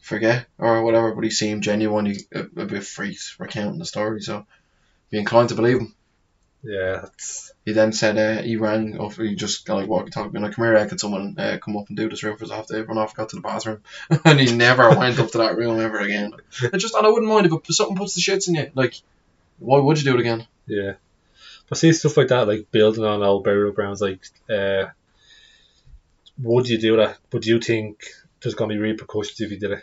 forget or whatever?" But he seemed genuinely a, a bit freaked recounting the story, so be inclined to believe him. Yeah, that's, He then said uh, he rang off. He just got like walked and talked, being like, "Come here, uh, can someone uh, come up and do this room for us?" After everyone off, got to the bathroom, and he never went up to that room ever again. I just, and I wouldn't mind if it- something puts the shits in you. Like, why would you do it again? yeah. But see stuff like that, like building on old burial grounds, like, uh, would you do that? Would you think there's gonna be repercussions if you did it?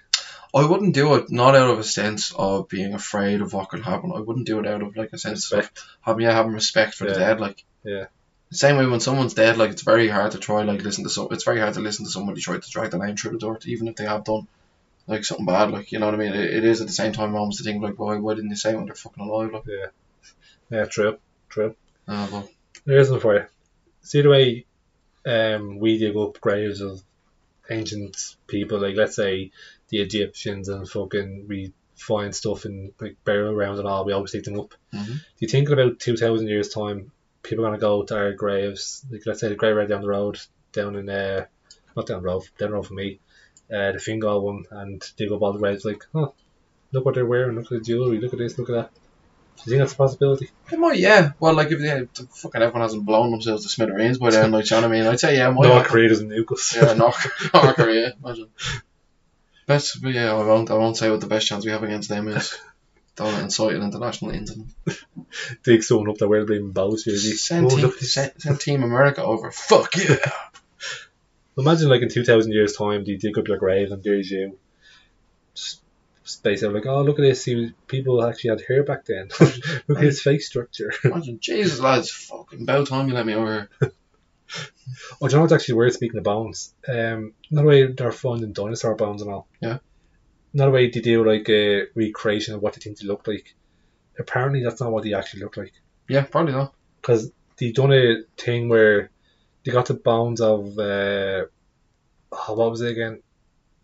I wouldn't do it not out of a sense of being afraid of what could happen. I wouldn't do it out of like a sense of having yeah, having respect for the Yeah. dead, like Yeah. The same way when someone's dead, like it's very hard to try like listen to so it's very hard to listen to somebody try to drag their name through the dirt, even if they have done like something bad, like you know what I mean. It, it is at the same time almost the thing like why why didn't they say it when they're fucking alive, like Yeah, true, true. uh, well, There's one for you. See the way um, we dig up graves of ancient people, like let's say the Egyptians and fucking we find stuff in like burial grounds and all, we always dig them up. Mhm. Do you think in about two thousand years time people are gonna go to our graves, like let's say the graveyard down the road, down in uh not down the road, down the road for me, uh the Fingal one and dig up all the graves like, huh, look what they're wearing, look at the jewellery, look at this, look at that. Do you think that's a possibility? they might, yeah. Well, like if they, fucking everyone hasn't blown themselves to smithereens by then, like you know what I mean. I'd say yeah, it might No happen. creators and nucleus. Yeah, knock, knock her, yeah. Imagine. Best, but yeah, I won't, I won't say what the best chance we have against them is. Don't incite an international incident. dig someone up that wear the bleeding bows jersey. Send Oh, team, look, send, send team America over. Fuck yeah. Imagine like in two thousand years time, er they dig up your grave and there's you. S- Space out like, oh look at this. He was, people actually had hair back then. look at his face structure. Imagine, Jesus lads, fucking about time you let me over. Oh, do you know what's actually weird? Speaking of bones, um, another way they're finding dinosaur bones and all. Yeah. Another way they do like a recreation of what they think they look like. Apparently, that's not what they actually look like. Yeah, probably not. because they done a thing where they got the bones of uh, oh, what was it again?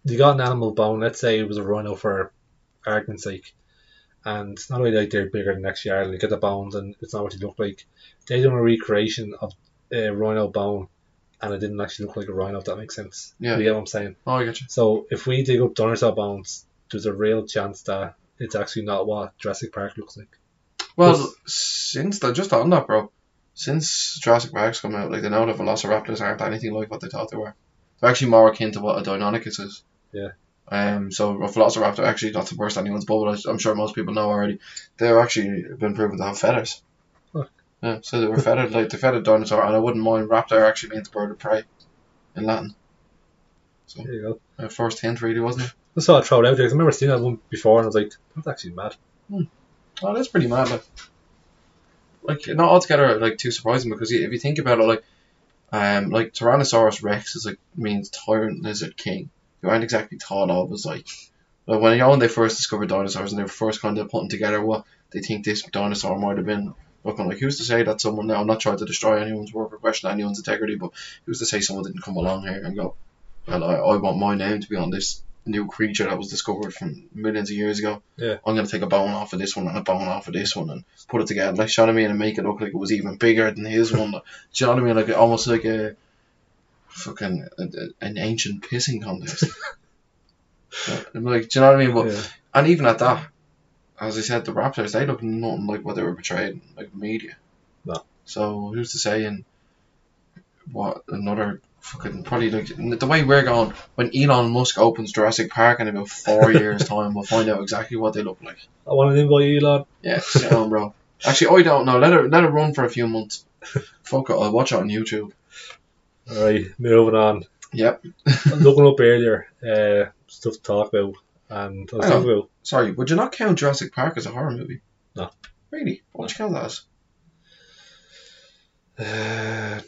They got an animal bone. Let's say it was a rhino for argument's sake, and it's not only like they're bigger than actually are, and they get the bones, and it's not what they look like. They done a recreation of a rhino bone, and it didn't actually look like a rhino. If that makes sense, Yeah. you get what I'm saying. Oh, I get you. So if we dig up dinosaur bones, there's a real chance that it's actually not what Jurassic Park looks like. Well, Yes. since that, just on that, bro. Since Jurassic Park's come out, like they know the Velociraptors aren't anything like what they thought they were. They're actually more akin to what a Deinonychus is. Yeah. Um. So a Velociraptor actually not to burst anyone's bubble. as I'm sure most people know already. They're actually been proven to have feathers. Fuck. Yeah. So they were feathered like the feathered dinosaur, and I wouldn't mind raptor actually means bird of prey, in Latin. There you go. Uh, first hint really wasn't it? That's what I throw it out there 'cause I remember seeing that one before and I was like, that's actually mad. Oh, that's pretty mad. Like, like not altogether like too surprising because if you think about it, like Um, like Tyrannosaurus Rex is like means tyrant lizard king. You aren't exactly thought of as like, like when you know when they first discovered dinosaurs and they were first kind of putting together what they think this dinosaur might have been. Looking like who's to say that someone now? I'm not trying to destroy anyone's work or question anyone's integrity, but who's to say someone didn't come along here and go, well, I, I want my name to be on this new creature that was discovered from millions of years ago. Yeah. I'm gonna take a bone off of this one and a bone off of this one and put it together, like you know what I mean, and make it look like it was even bigger than his one. Do you know what I mean? Like almost like a fucking a, a- an ancient pissing contest. I'm like, do you know what I mean? But Yeah. and even at that, as I said, the Raptors they look nothing like what they were portrayed in like media. No. So who's to say in what another fucking probably like the way we're going when Elon Musk opens Jurassic Park in about four years time we'll find out exactly what they look like. I want to invite Elon. Yeah, sit down, bro. Actually, I don't know. Let it let it run for a few months. Fuck it, I'll watch it on YouTube. All right, moving on. Yep. looking up earlier, uh, stuff to talk about, and I was Hang on. talking about Sorry, would you not count Jurassic Park as a horror movie? No. Really? What would you count that as? uh,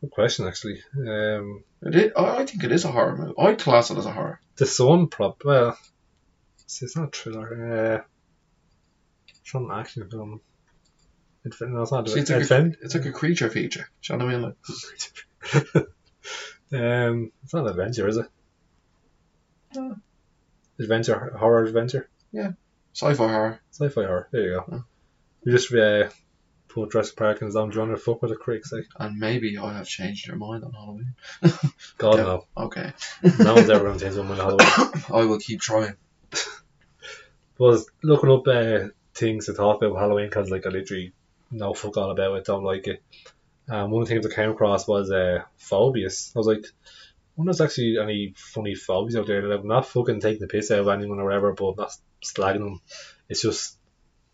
good question actually. Um, It is, I I think it is a horror movie. I class it as a horror. the Sun prop. Well, it's, it's not a thriller. Uh, it's not an action film. It, no, it's not. See, it's, an like a, adven- it's like a creature feature. Do you know what I mean? Like, um, it's not an adventure, is it? No. Adventure, horror adventure, sci-fi horror. sci-fi horror. There you go. Mm. You just uh, put Jurassic Park in his arm. Do you want to fuck with the critics? Like, And maybe I have changed your mind on Halloween. God Yeah. no, Okay. no one's ever going to change their mind on Halloween. I will keep trying. was looking up uh, things to talk about with Halloween because like I literally know fuck all about it, don't like it. Um, one of the things I came across was uh, phobias. I was like, I wonder if there's actually any funny phobias out there. Like, I'm not fucking taking the piss out of anyone or whatever, but I'm not slagging them. It's just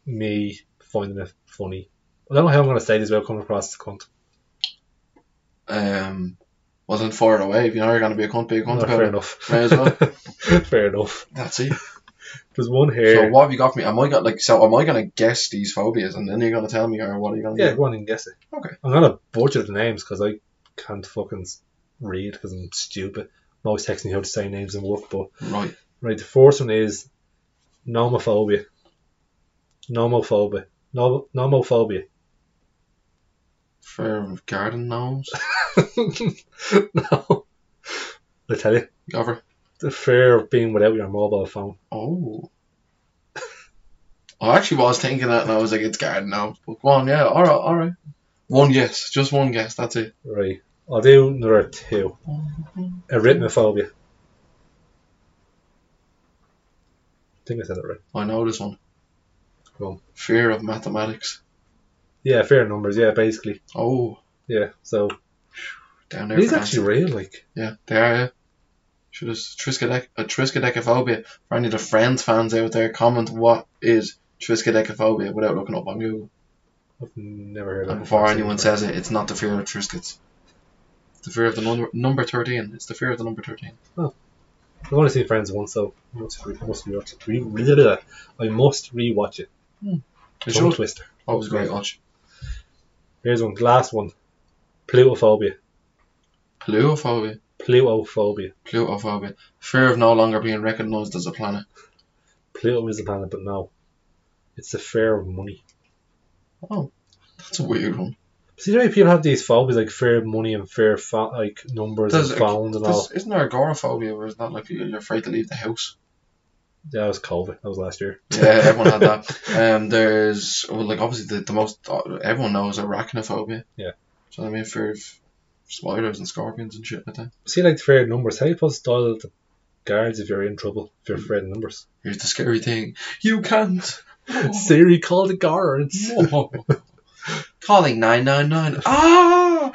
me finding it funny. I don't know how I'm going to say this without coming across as a cunt. Um, wasn't far away. If you know you're going to be a cunt, be a cunt No, about fair it. enough. May as well. fair enough. That's it. There's one So here. what have you got for me? Am I got like so? Am I going to guess these phobias, and then you're going to tell me, or what are you going to Yeah, do? go on and guess it. Oh, Okay. I'm gonna butcher the names because I can't fucking s- read because I'm stupid. I'm always texting you how to say names and work, but Right. right, the first one is nomophobia. Nomophobia. No, nomophobia. For garden gnomes. no. I tell you, Cover. the fear of being without your mobile phone. Oh. I actually was thinking that, and I was like, it's garden gnomes. But go on, yeah. All right, all right. One guess, just one guess. That's it. Right. I'll do another two. Arithmophobia. I think I said it right. I know this one. Go on. Fear of mathematics. Yeah, fair numbers. Yeah, basically. Oh, Yeah, so down there. He's for actually real, like. dancing. Yeah, they are. Yeah. Should have triskaidec a triskaidekaphobia. For any of the Friends fans out there, comment what is triskaidekaphobia without looking up on Google. I've never heard of And it. before anyone says it, it's not the fear of triscuits. It's the fear of the number number thirteen. It's the fear of the number thirteen. I've only seen Friends once, so I must, re- must rewatch it. Re- re- re- I must rewatch it. It Tongue should. twister. That was a great watch. Here's one. Last one. Plutophobia. Pluophobia. Plutophobia. Pluophobia. Fear of no longer being recognised as a planet. Pluto is a planet, but no. It's the fear of money. That's a weird one. See the way people have these phobias, like fear of money and fear of fa- like numbers Does it- and phones and all. There's- isn't there agoraphobia where it's not like you- you're afraid to leave the house? Yeah, that was COVID. That was last year. Yeah, everyone had that. Um, there's well, like obviously the, the most uh, everyone knows arachnophobia. Yeah. So I mean, fear of spiders and scorpions and shit like that. See, like the fear of numbers. How you supposed to dial the guards if you're in trouble? If you're afraid of numbers. Here's the scary thing: you can't. Siri, call the guards. No. Calling nine nine nine. Ah.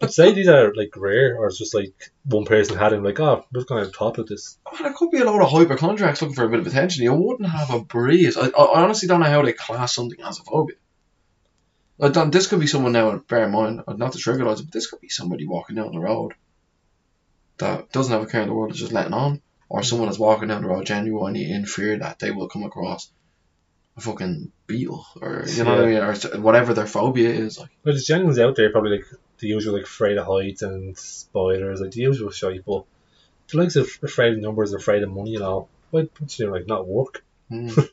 I'd say these are like rare, or it's just like one person had it, and like, oh, we're going to top of this. Oh, there could be a lot of hypochondriacs looking for a bit of attention. You wouldn't have a breeze. I, I honestly don't know how they class something as a phobia. Like, don't- this could be someone now, and bear in mind, not to trivialize it, but this could be somebody walking down the road that doesn't have a care in the world, is just letting on, or someone that's walking down the road genuinely in fear that they will come across a fucking beetle, or you know what I mean, or s- whatever their phobia is. Like, But there's genuines out there probably like the usual like afraid of heights and spiders, like the usual shit. But the likes of afraid of numbers, afraid of money, and all. Why don't you like not work? Mm.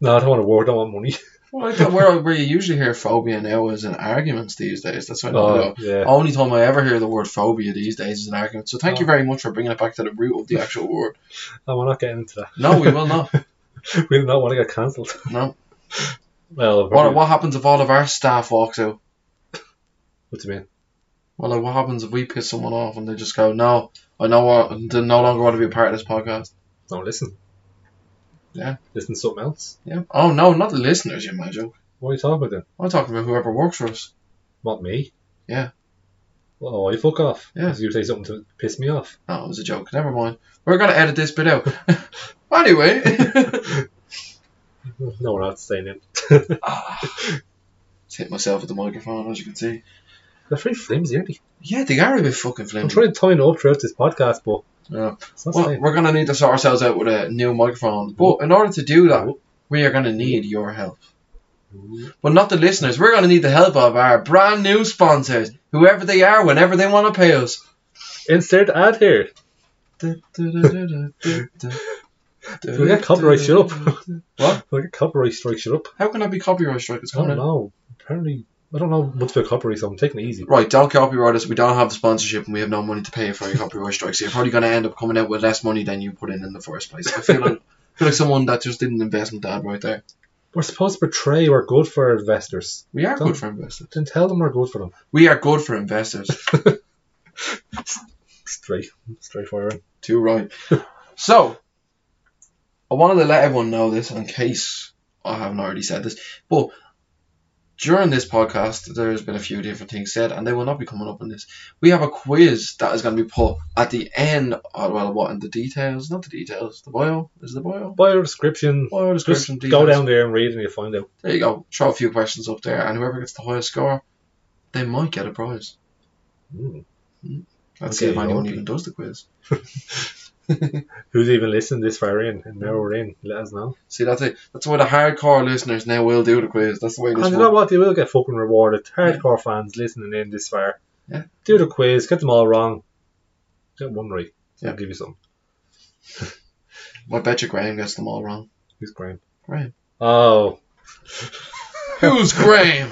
No, I don't want to work. I don't want money. well, I thought where, where you usually hear phobia now is in arguments these days. That's what Oh, I know. yeah. Only time I ever hear the word phobia these days is an argument. So thank you Oh. very much for bringing it back to the root of the actual word. No, we're not getting into that. No, we will not. We do not want to get cancelled. No. Well, What, what happens if all of our staff walks out? what do you mean? Well, like, what happens if we piss someone off and they just go, "No, I know what, I no longer want to be a part of this podcast." No, listen. Yeah. Listen to something else. Yeah. Oh no, not the listeners, you imagine. What are you talking about then? I'm talking about whoever works for us. Not me. Yeah. Oh, you fuck off. Yeah. 'Cause You say something to piss me off. No, it was a joke. Never mind. We're gonna edit this bit out. anyway. No, we're not saying it. Ah. Just hit myself with the microphone, as you can see. They're pretty flimsy, aren't they? Yeah, they are a bit fucking I'm flimsy. trying to tie it up throughout this podcast, but Yeah. it's not Well, saying. we're gonna need to sort ourselves out with a new microphone, but in order to do that, we are gonna need your help. But not the listeners. We're going to need the help of our brand new sponsors, whoever they are, whenever they want to pay us. Insert ad here. we get copyright? Shut up. What? Like a copyright strike shut up. How can that be copyright strike? It's I don't coming. know. Apparently, I don't know much about copyright, so I'm taking it easy. Right, don't copyright us. We don't have the sponsorship and we have no money to pay for your copyright strikes. you're probably going to end up coming out with less money than you put in in the first place. I feel like, I feel like someone that just did an investment ad right there. We're supposed to portray we're good for investors. We are Don't- good for investors. Then tell them we're good for them. We are good for investors. Straight, straightforward. Too right. so, I wanted to let everyone know this in case I haven't already said this, but during this podcast, there's been a few different things said, and they will not be coming up in this. We have a quiz that is going to be put at the end. Of, well, what in the details? Not the details. The bio is it the bio. Bio description. Bio Just description. go details. down there and read, and you'll find out. There you go. Throw a few questions up there, and whoever gets the highest score, they might get a prize. Mm. Let's Okay, see if anyone okay. even does the quiz. Who's even listening this far in? And Mm. now we're in. Let us know. See, that's it. That's why the hardcore listeners now will do the quiz. That's the way this And works. you know what? They will get fucking rewarded. Hardcore fans listening in this far. Yeah. Do the quiz. Get them all wrong. Get one right. Yeah. I'll give you some. I bet you Graham gets them all wrong. Who's Graham? Graham. Oh. Who's Graham?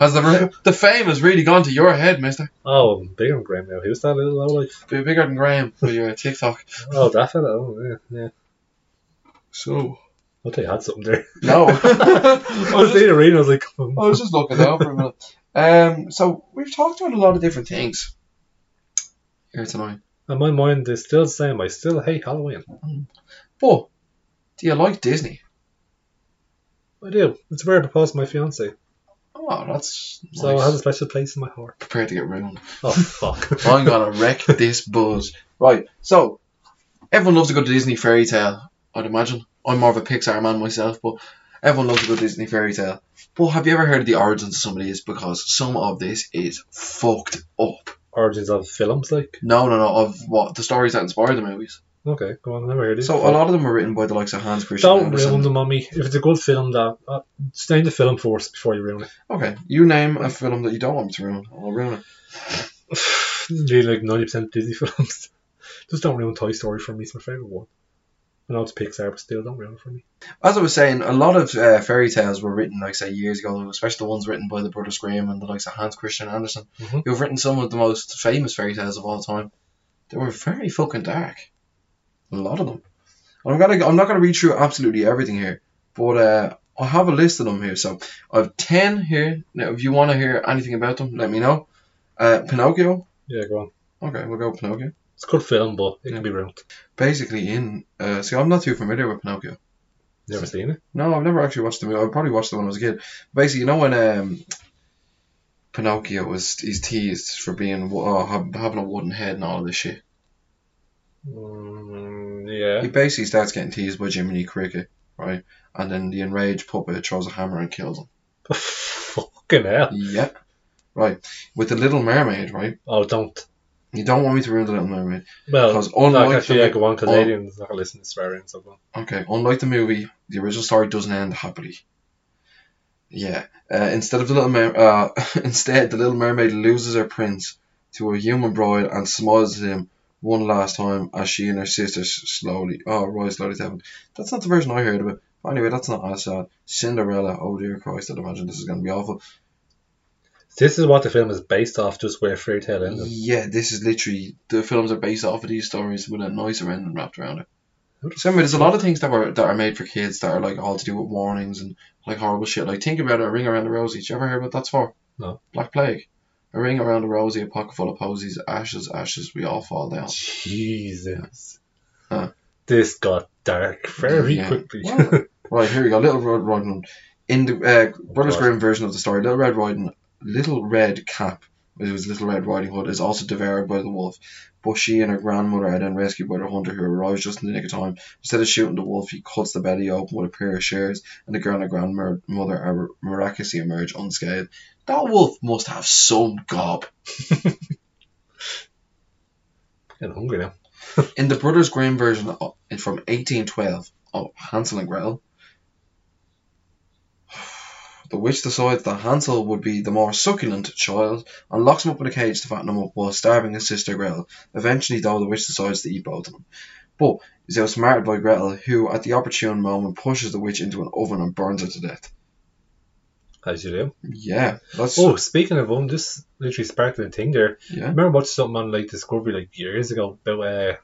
Has the the fame has really gone to your head, Mister? Oh, I'm big on Graham now. Who's that little old like? Be bigger than Graham for your TikTok. Oh, that fella. Oh, yeah. yeah. So I thought you had something there. no, I was reading it. I was like, hmm. I was just looking down for a minute. Um, so we've talked about a lot of different things here tonight. and my mind is still the same. I still hate Halloween. But do you like Disney? I do. It's where I proposed to my fiance. Oh, that's nice. So it has a special place in my heart. prepared to get ruined. Oh, fuck. I'm gonna wreck this buzz. Right, so everyone loves to go to Disney fairy tale. I'd imagine. I'm more of a Pixar man myself, but everyone loves to go to Disney fairy tale. But have you ever heard of the origins of some of these? Because some of this is fucked up. Origins of films, like. No, no, no. Of what the stories that inspired the movies. Okay, go on, never heard it. So a lot of them were written by the likes of Hans Christian Don't Andersen. ruin the mummy. If it's a good film, that uh, just name the film first before you ruin it. Okay, you name a film that you don't want me to ruin. I'll ruin it. Really, like ninety percent Disney films. Just don't ruin Toy Story for me. It's my favorite one. I know it's Pixar, but still, don't ruin it for me. As I was saying, a lot of uh, fairy tales were written, like say, years ago, especially the ones written by the brothers Grimm and the likes of Hans Christian Andersen, Mhm. who've written some of the most famous fairy tales of all time. They were very fucking dark, a lot of them. And I'm gonna, I'm not gonna read through absolutely everything here, but uh, I have a list of them here. So I've ten here. Now, if you want to hear anything about them, let me know. Uh, Pinocchio. Yeah, go on. Okay, we'll go with Pinocchio. It's a good film, but it Yeah. can be ruined. Basically, in uh, see, I'm not too familiar with Pinocchio. Never seen it. No, I've never actually watched the movie. I probably watched the one when I was a kid. Basically, you know when um, Pinocchio was he's teased for being wo- oh, ha- having a wooden head and all of this shit. Mm, yeah. He basically starts getting teased by Jiminy Cricket, right? And then the enraged puppet throws a hammer and kills him. Fucking hell. Yep. Right. With the Little Mermaid, right? Oh, don't. You don't want me to ruin the Little Mermaid Well, because no, unlike actually, the, yeah, go on, because oh. aliens not gonna listen to swearing, so go on. okay, unlike the movie, the original story doesn't end happily. Yeah. Uh, instead of the little mer- uh, instead the little mermaid loses her prince to a human bride and smiles at him one last time as she and her sister s- slowly oh rise slowly to heaven. That's not the version I heard of it. But anyway, that's not as sad. Cinderella. Oh dear Christ! I'd imagine this is going to be awful. This is what the film is based off, just where Fairy Tale ended. Yeah, this is literally the films are based off of these stories with a nicer ending wrapped around it. So anyway, there's a lot of things that were that are made for kids that are like all to do with warnings and like horrible shit. Like think about it, a ring around the rosy. Did you ever hear what that's for? No. Black plague. A ring around the rosy, a pocket full of posies, ashes, ashes, we all fall down. Jesus. Huh. This got dark very Yeah. quickly. Well, right, here we go. Little Red Riding Hood. In the uh, Brothers God. Grimm version of the story, Little Red Riding Little Red Cap, it was Little Red Riding Hood, is also devoured by the wolf. But she and her grandmother are then rescued by the hunter who arrives just in the nick of time. Instead of shooting the wolf, he cuts the belly open with a pair of shears, and the girl and her grandmother are miraculously emerge unscathed. That wolf must have some gob. I'm hungry now. In the Brothers Grimm version of, from 1812 of Hansel and Gretel, the witch decides that Hansel would be the more succulent child and locks him up in a cage to fatten him up while starving his sister Gretel. Eventually, though, the witch decides to eat both of them. But is outsmarted by Gretel, who at the opportune moment pushes the witch into an oven and burns her to death. As you do. Yeah, that's Oh, speaking of one, this literally sparked a thing there. I yeah. remember watching something on like Discovery like years ago about uh,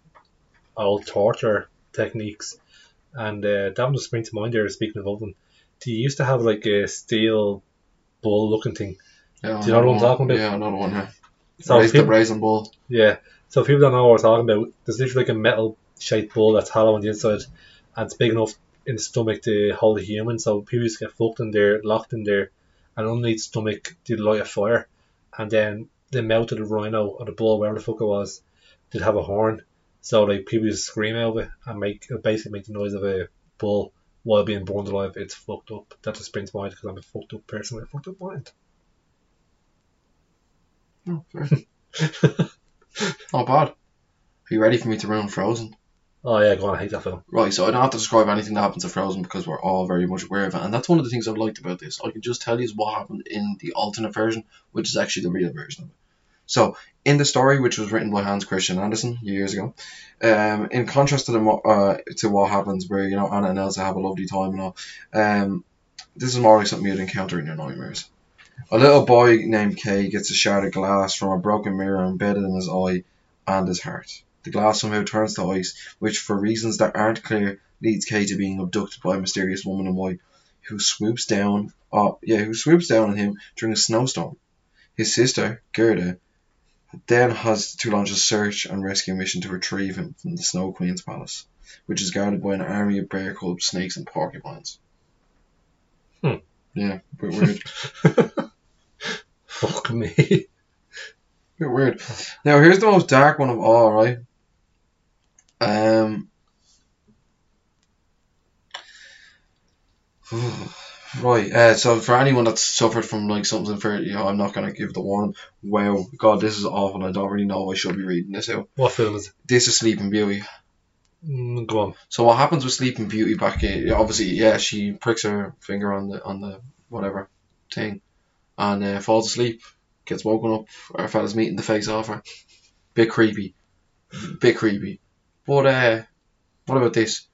old torture techniques, and uh, that one just sprang to mind there. Speaking of oven, they used to have like a steel bull looking thing. yeah. Do you know what I'm talking about? Yeah, another one. Yeah. So Raise the people, brazen bull. yeah, so if people don't know what we're talking about, there's literally like a metal shaped bull that's hollow on the inside, and it's big enough in the stomach to hold a human. So people used to get fucked in there, locked in there, and underneath the stomach they'd light a fire, and then the mouth of the rhino or the bull, wherever the fuck it was, did have a horn. So like people used to scream out of it and make basically make the noise of a bull while being burned alive. It's fucked up. That just brings to mind because I'm a fucked up person with a fucked up mind. Oh, fair. Not bad. Are you ready for me to ruin Frozen? Oh yeah, go on, I hate that film. Right, so I don't have to describe anything that happens to Frozen because we're all very much aware of it. And that's one of the things I've liked about this. I can just tell you what happened in the alternate version, which is actually the real version of it. So, in the story, which was written by Hans Christian Andersen years ago, um, in contrast to the mo- uh, to what happens where, you know, Anna and Elsa have a lovely time and all, um, this is more like something you'd encounter in your nightmares. A little boy named Kay gets a shard of glass from a broken mirror embedded in his eye and his heart. The glass somehow turns to ice which, for reasons that aren't clear, leads Kay to being abducted by a mysterious woman in white who swoops down. Uh, yeah, who swoops down on him during a snowstorm. His sister Gerda then has to launch a search and rescue mission to retrieve him from the Snow Queen's palace, which is guarded by an army of bear cubs, snakes, and porcupines. Hmm. Yeah, a bit weird. Fuck me. bit weird. Now here's the most dark one of all, right? Um. Right, uh, so for anyone that's suffered from like something unfair, you know, I'm not gonna give the warning. Wow, God, this is awful. I don't really know. if I should be reading this out. What film is it? This is Sleeping Beauty. Mm, go on. So what happens with Sleeping Beauty back in? Obviously, yeah, she pricks her finger on the on the whatever thing, and uh, falls asleep. Gets woken up. Her fella's meeting the face off her. Bit creepy. Bit creepy. But uh, what about this?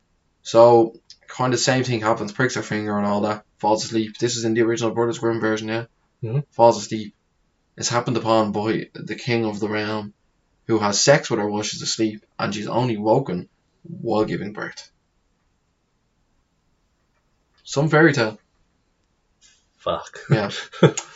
So kind of same thing happens. Pricks her finger and all that. Falls asleep. This is in the original Brothers Grimm version, yeah. Mhm. Falls asleep. It's happened upon by the king of the realm, who has sex with her while she's asleep, and she's only woken while giving birth. Some fairy tale. Fuck. Yeah.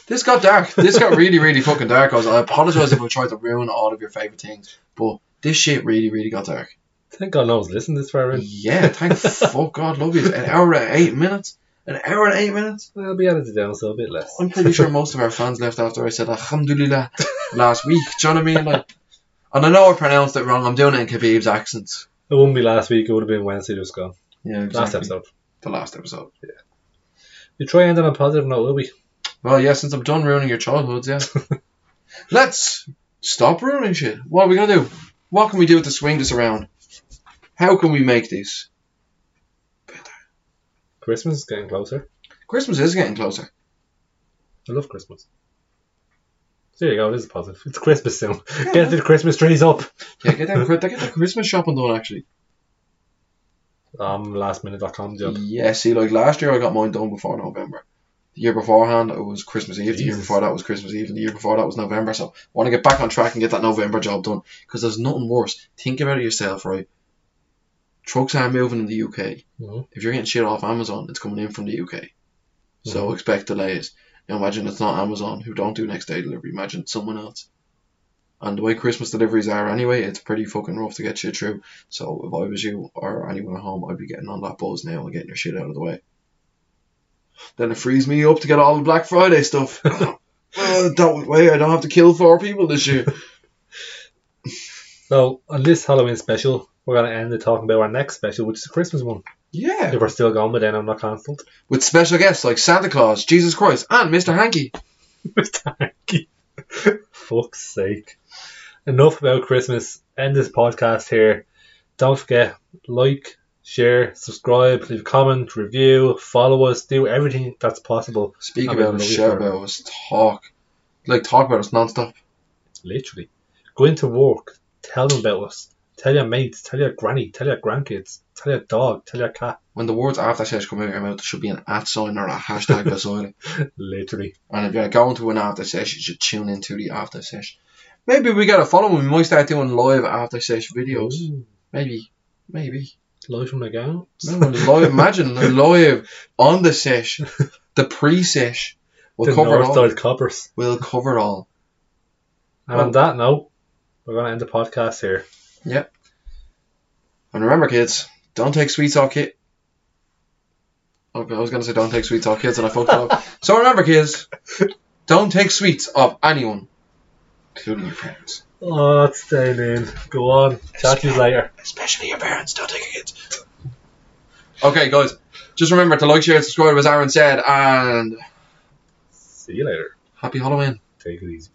This got dark. This got really, really fucking dark. I, was, I apologize if I tried to ruin all of your favorite things, but this shit really, really got dark. Thank God no one's listening this far in. Yeah, thank fuck God, love you. An hour and eight minutes. An hour and eight minutes. I'll be edited down so a bit less. I'm pretty sure most of our fans left after I said Alhamdulillah last week. Do you know what I mean? Like, and I know I pronounced it wrong. I'm doing it in Khabib's accent. It wouldn't be last week, it would have been Wednesday just gone. Yeah, Last exactly. episode. The last episode. We try ending on a positive note, will we? Well, yeah, since I'm done ruining your childhoods, yeah. Let's stop ruining shit. What are we gonna do? What can we do to swing this around? How can we make this? Christmas is getting closer. Christmas is getting closer. I love Christmas. So there you go. It is positive. It's Christmas soon. Get the Christmas trees up. Yeah, get that, Chri- get that Christmas shopping done, actually. Um, lastminute.com job. Yeah, see, like last year I got mine done before November. The year beforehand it was Christmas Eve. The year Jesus. before that was Christmas Eve, and the year before that was November. So I want to get back on track and get that November job done because there's nothing worse. Think about it yourself, right? Trucks aren't moving in the UK. Mhm. If you're getting shit off Amazon, it's coming in from the UK. So expect delays. Now imagine it's not Amazon who don't do next day delivery. Imagine it's someone else. And the way Christmas deliveries are anyway, it's pretty fucking rough to get shit through. So if I was you or anyone at home, I'd be getting on that buzz now and getting your shit out of the way. Then it frees me up to get all the Black Friday stuff. Well, that way I don't have to kill four people this year. So on this Halloween special, we're gonna end it talking about our next special, which is the Christmas one. Yeah. If we're still going, but then I'm not cancelled. With special guests like Santa Claus, Jesus Christ, and Mr. Hanky. Mr. Hanky. Fuck's sake. Enough about Christmas. End this podcast here. Don't forget, like, share, subscribe, leave a comment, review, follow us, do everything that's possible. Speak I mean, about us, we shout sure- about us, talk. Like, talk about us non-stop. Literally. Go into work, tell them about us. Tell your mates, tell your granny, tell your grandkids, tell your dog, tell your cat. when the words after sex come out of your mouth, there should be an at sign or a hashtag beside it. Literally. And if you're going to an after sesh, you should tune into the after sesh. Maybe we got a follow. We might start doing live after sesh videos. Ooh, Maybe, maybe. Live from the gown. No, live. Imagine the live on the sesh, the pre sesh. We'll the cover it North all. Side Coppers. We'll cover it all. And Oh. on that note, we're going to end the podcast here. And remember, kids, don't take sweets off kids. Okay, I was gonna say don't take sweets off kids, and I fucked it up. So remember, kids, don't take sweets off anyone, including your parents. Oh, that's staying in. Go on. Chat to you later. especially your parents. Don't take your kids. Okay, guys, just remember to like, share, and subscribe, as Aaron said, and See you later. happy Halloween. Take it easy.